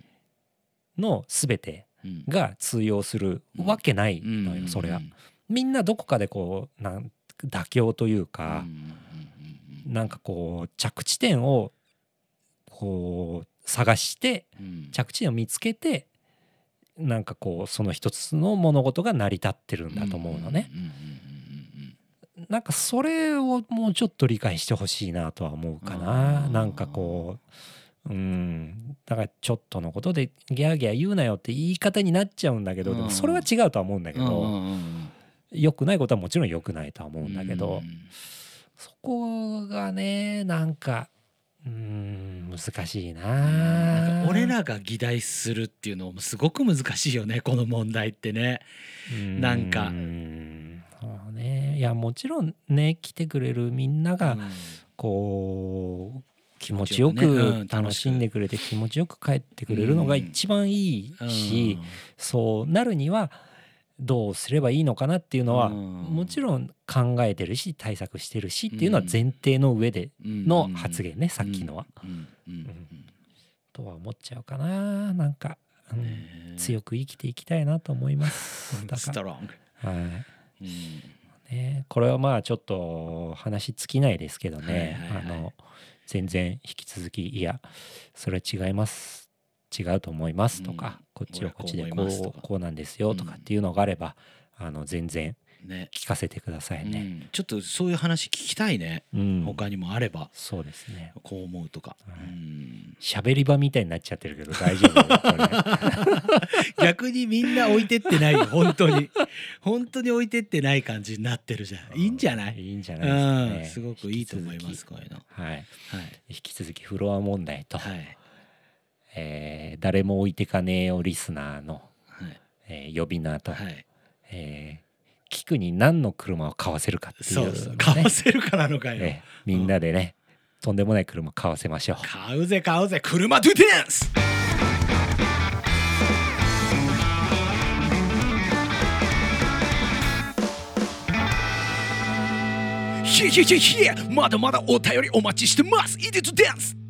Speaker 1: の全て
Speaker 2: うん
Speaker 1: が通用するわけないのよ、それは
Speaker 2: うん。
Speaker 1: みんなどこかでこうなん妥協というか
Speaker 2: う、んうん
Speaker 1: なんかこう着地点をこう探して
Speaker 2: うん
Speaker 1: 着地点を見つけてなんかこうその一つの物事が成り立ってるんだと思うのね。
Speaker 2: んうんうん
Speaker 1: なんかそれをもうちょっと理解してほしいなとは思うか
Speaker 2: あ
Speaker 1: な。
Speaker 2: ー
Speaker 1: なんかこううんだからちょっとのことでギャーギャー言うなよって言い方になっちゃうんだけどでもそれは違うとは思うんだけ
Speaker 2: うんうんうん
Speaker 1: ど
Speaker 2: うんうんうん
Speaker 1: 良くないことはもちろん良くないとは思うんだけど。
Speaker 2: うん
Speaker 1: そこがねなんかうーん難しいな
Speaker 2: なんか俺らが議題するっていうのもすごく難しいよねこの問題ってね。なんか
Speaker 1: うーんそうねいやもちろんね来てくれるみんな
Speaker 2: う
Speaker 1: が
Speaker 2: ん
Speaker 1: こう気持
Speaker 2: 持
Speaker 1: ち
Speaker 2: ち
Speaker 1: よ
Speaker 2: よくねう
Speaker 1: く
Speaker 2: ん
Speaker 1: 楽しんでくれて気持ちよく帰ってくれるのが一番いいしそうなるにはどうすればいいのかなっていうのは
Speaker 2: うん
Speaker 1: もちろん考えてるし対策してるしっていうのは前提の上での発言ねさっきのは。。
Speaker 2: うんうんうん
Speaker 1: とは思っちゃうかななんか、う
Speaker 2: うんんねえ
Speaker 1: 強く生きていきたいなと思います。だ
Speaker 2: ス
Speaker 1: か
Speaker 2: トロング。
Speaker 1: ら、はい
Speaker 2: うん
Speaker 1: ね、これはまあちょっと話尽きないですけどね、
Speaker 2: はいはいはい
Speaker 1: あの全然引き続きいやそれ違います違うと思いますとか、
Speaker 2: うん
Speaker 1: こっちはこっちで
Speaker 2: 俺
Speaker 1: こ
Speaker 2: はこう思いますと
Speaker 1: う
Speaker 2: か
Speaker 1: こうなんですよとかっていうのがあれば、あの全然
Speaker 2: ね
Speaker 1: 聞かせてくださいね。
Speaker 2: うんちょっとそういう話聞きたいね
Speaker 1: うん
Speaker 2: 他にもあれば
Speaker 1: そうですね
Speaker 2: こう思うとか。
Speaker 1: はい
Speaker 2: うん
Speaker 1: 喋り場みたいになっちゃってるけど大丈 夫、これ
Speaker 2: 逆にみんな置いてって ないよ本当に本当に置いてってない感じになってるじゃんいいんじゃない
Speaker 1: いいんじゃないうで
Speaker 2: ん
Speaker 1: すか
Speaker 2: す
Speaker 1: ね。
Speaker 2: ごくいいと思いま
Speaker 1: 引き
Speaker 2: す
Speaker 1: 続
Speaker 2: こういうの。
Speaker 1: き。はい。
Speaker 2: はい
Speaker 1: 引き続きフロア問題と、
Speaker 2: はい
Speaker 1: えー誰も置いてかねえよリスナーの、
Speaker 2: はい
Speaker 1: えー呼び名と、
Speaker 2: はい
Speaker 1: えー聞くに何の車を買わせるかっていう、
Speaker 2: そ
Speaker 1: ね。
Speaker 2: うそう買わせるからのかよ、
Speaker 1: えーみんなでね、とんでもない車買わせましょう。
Speaker 2: 買うぜ買うぜ車トゥテナンスひえひえひえひえまだまだお便りお待ちしてますイディトゥダンス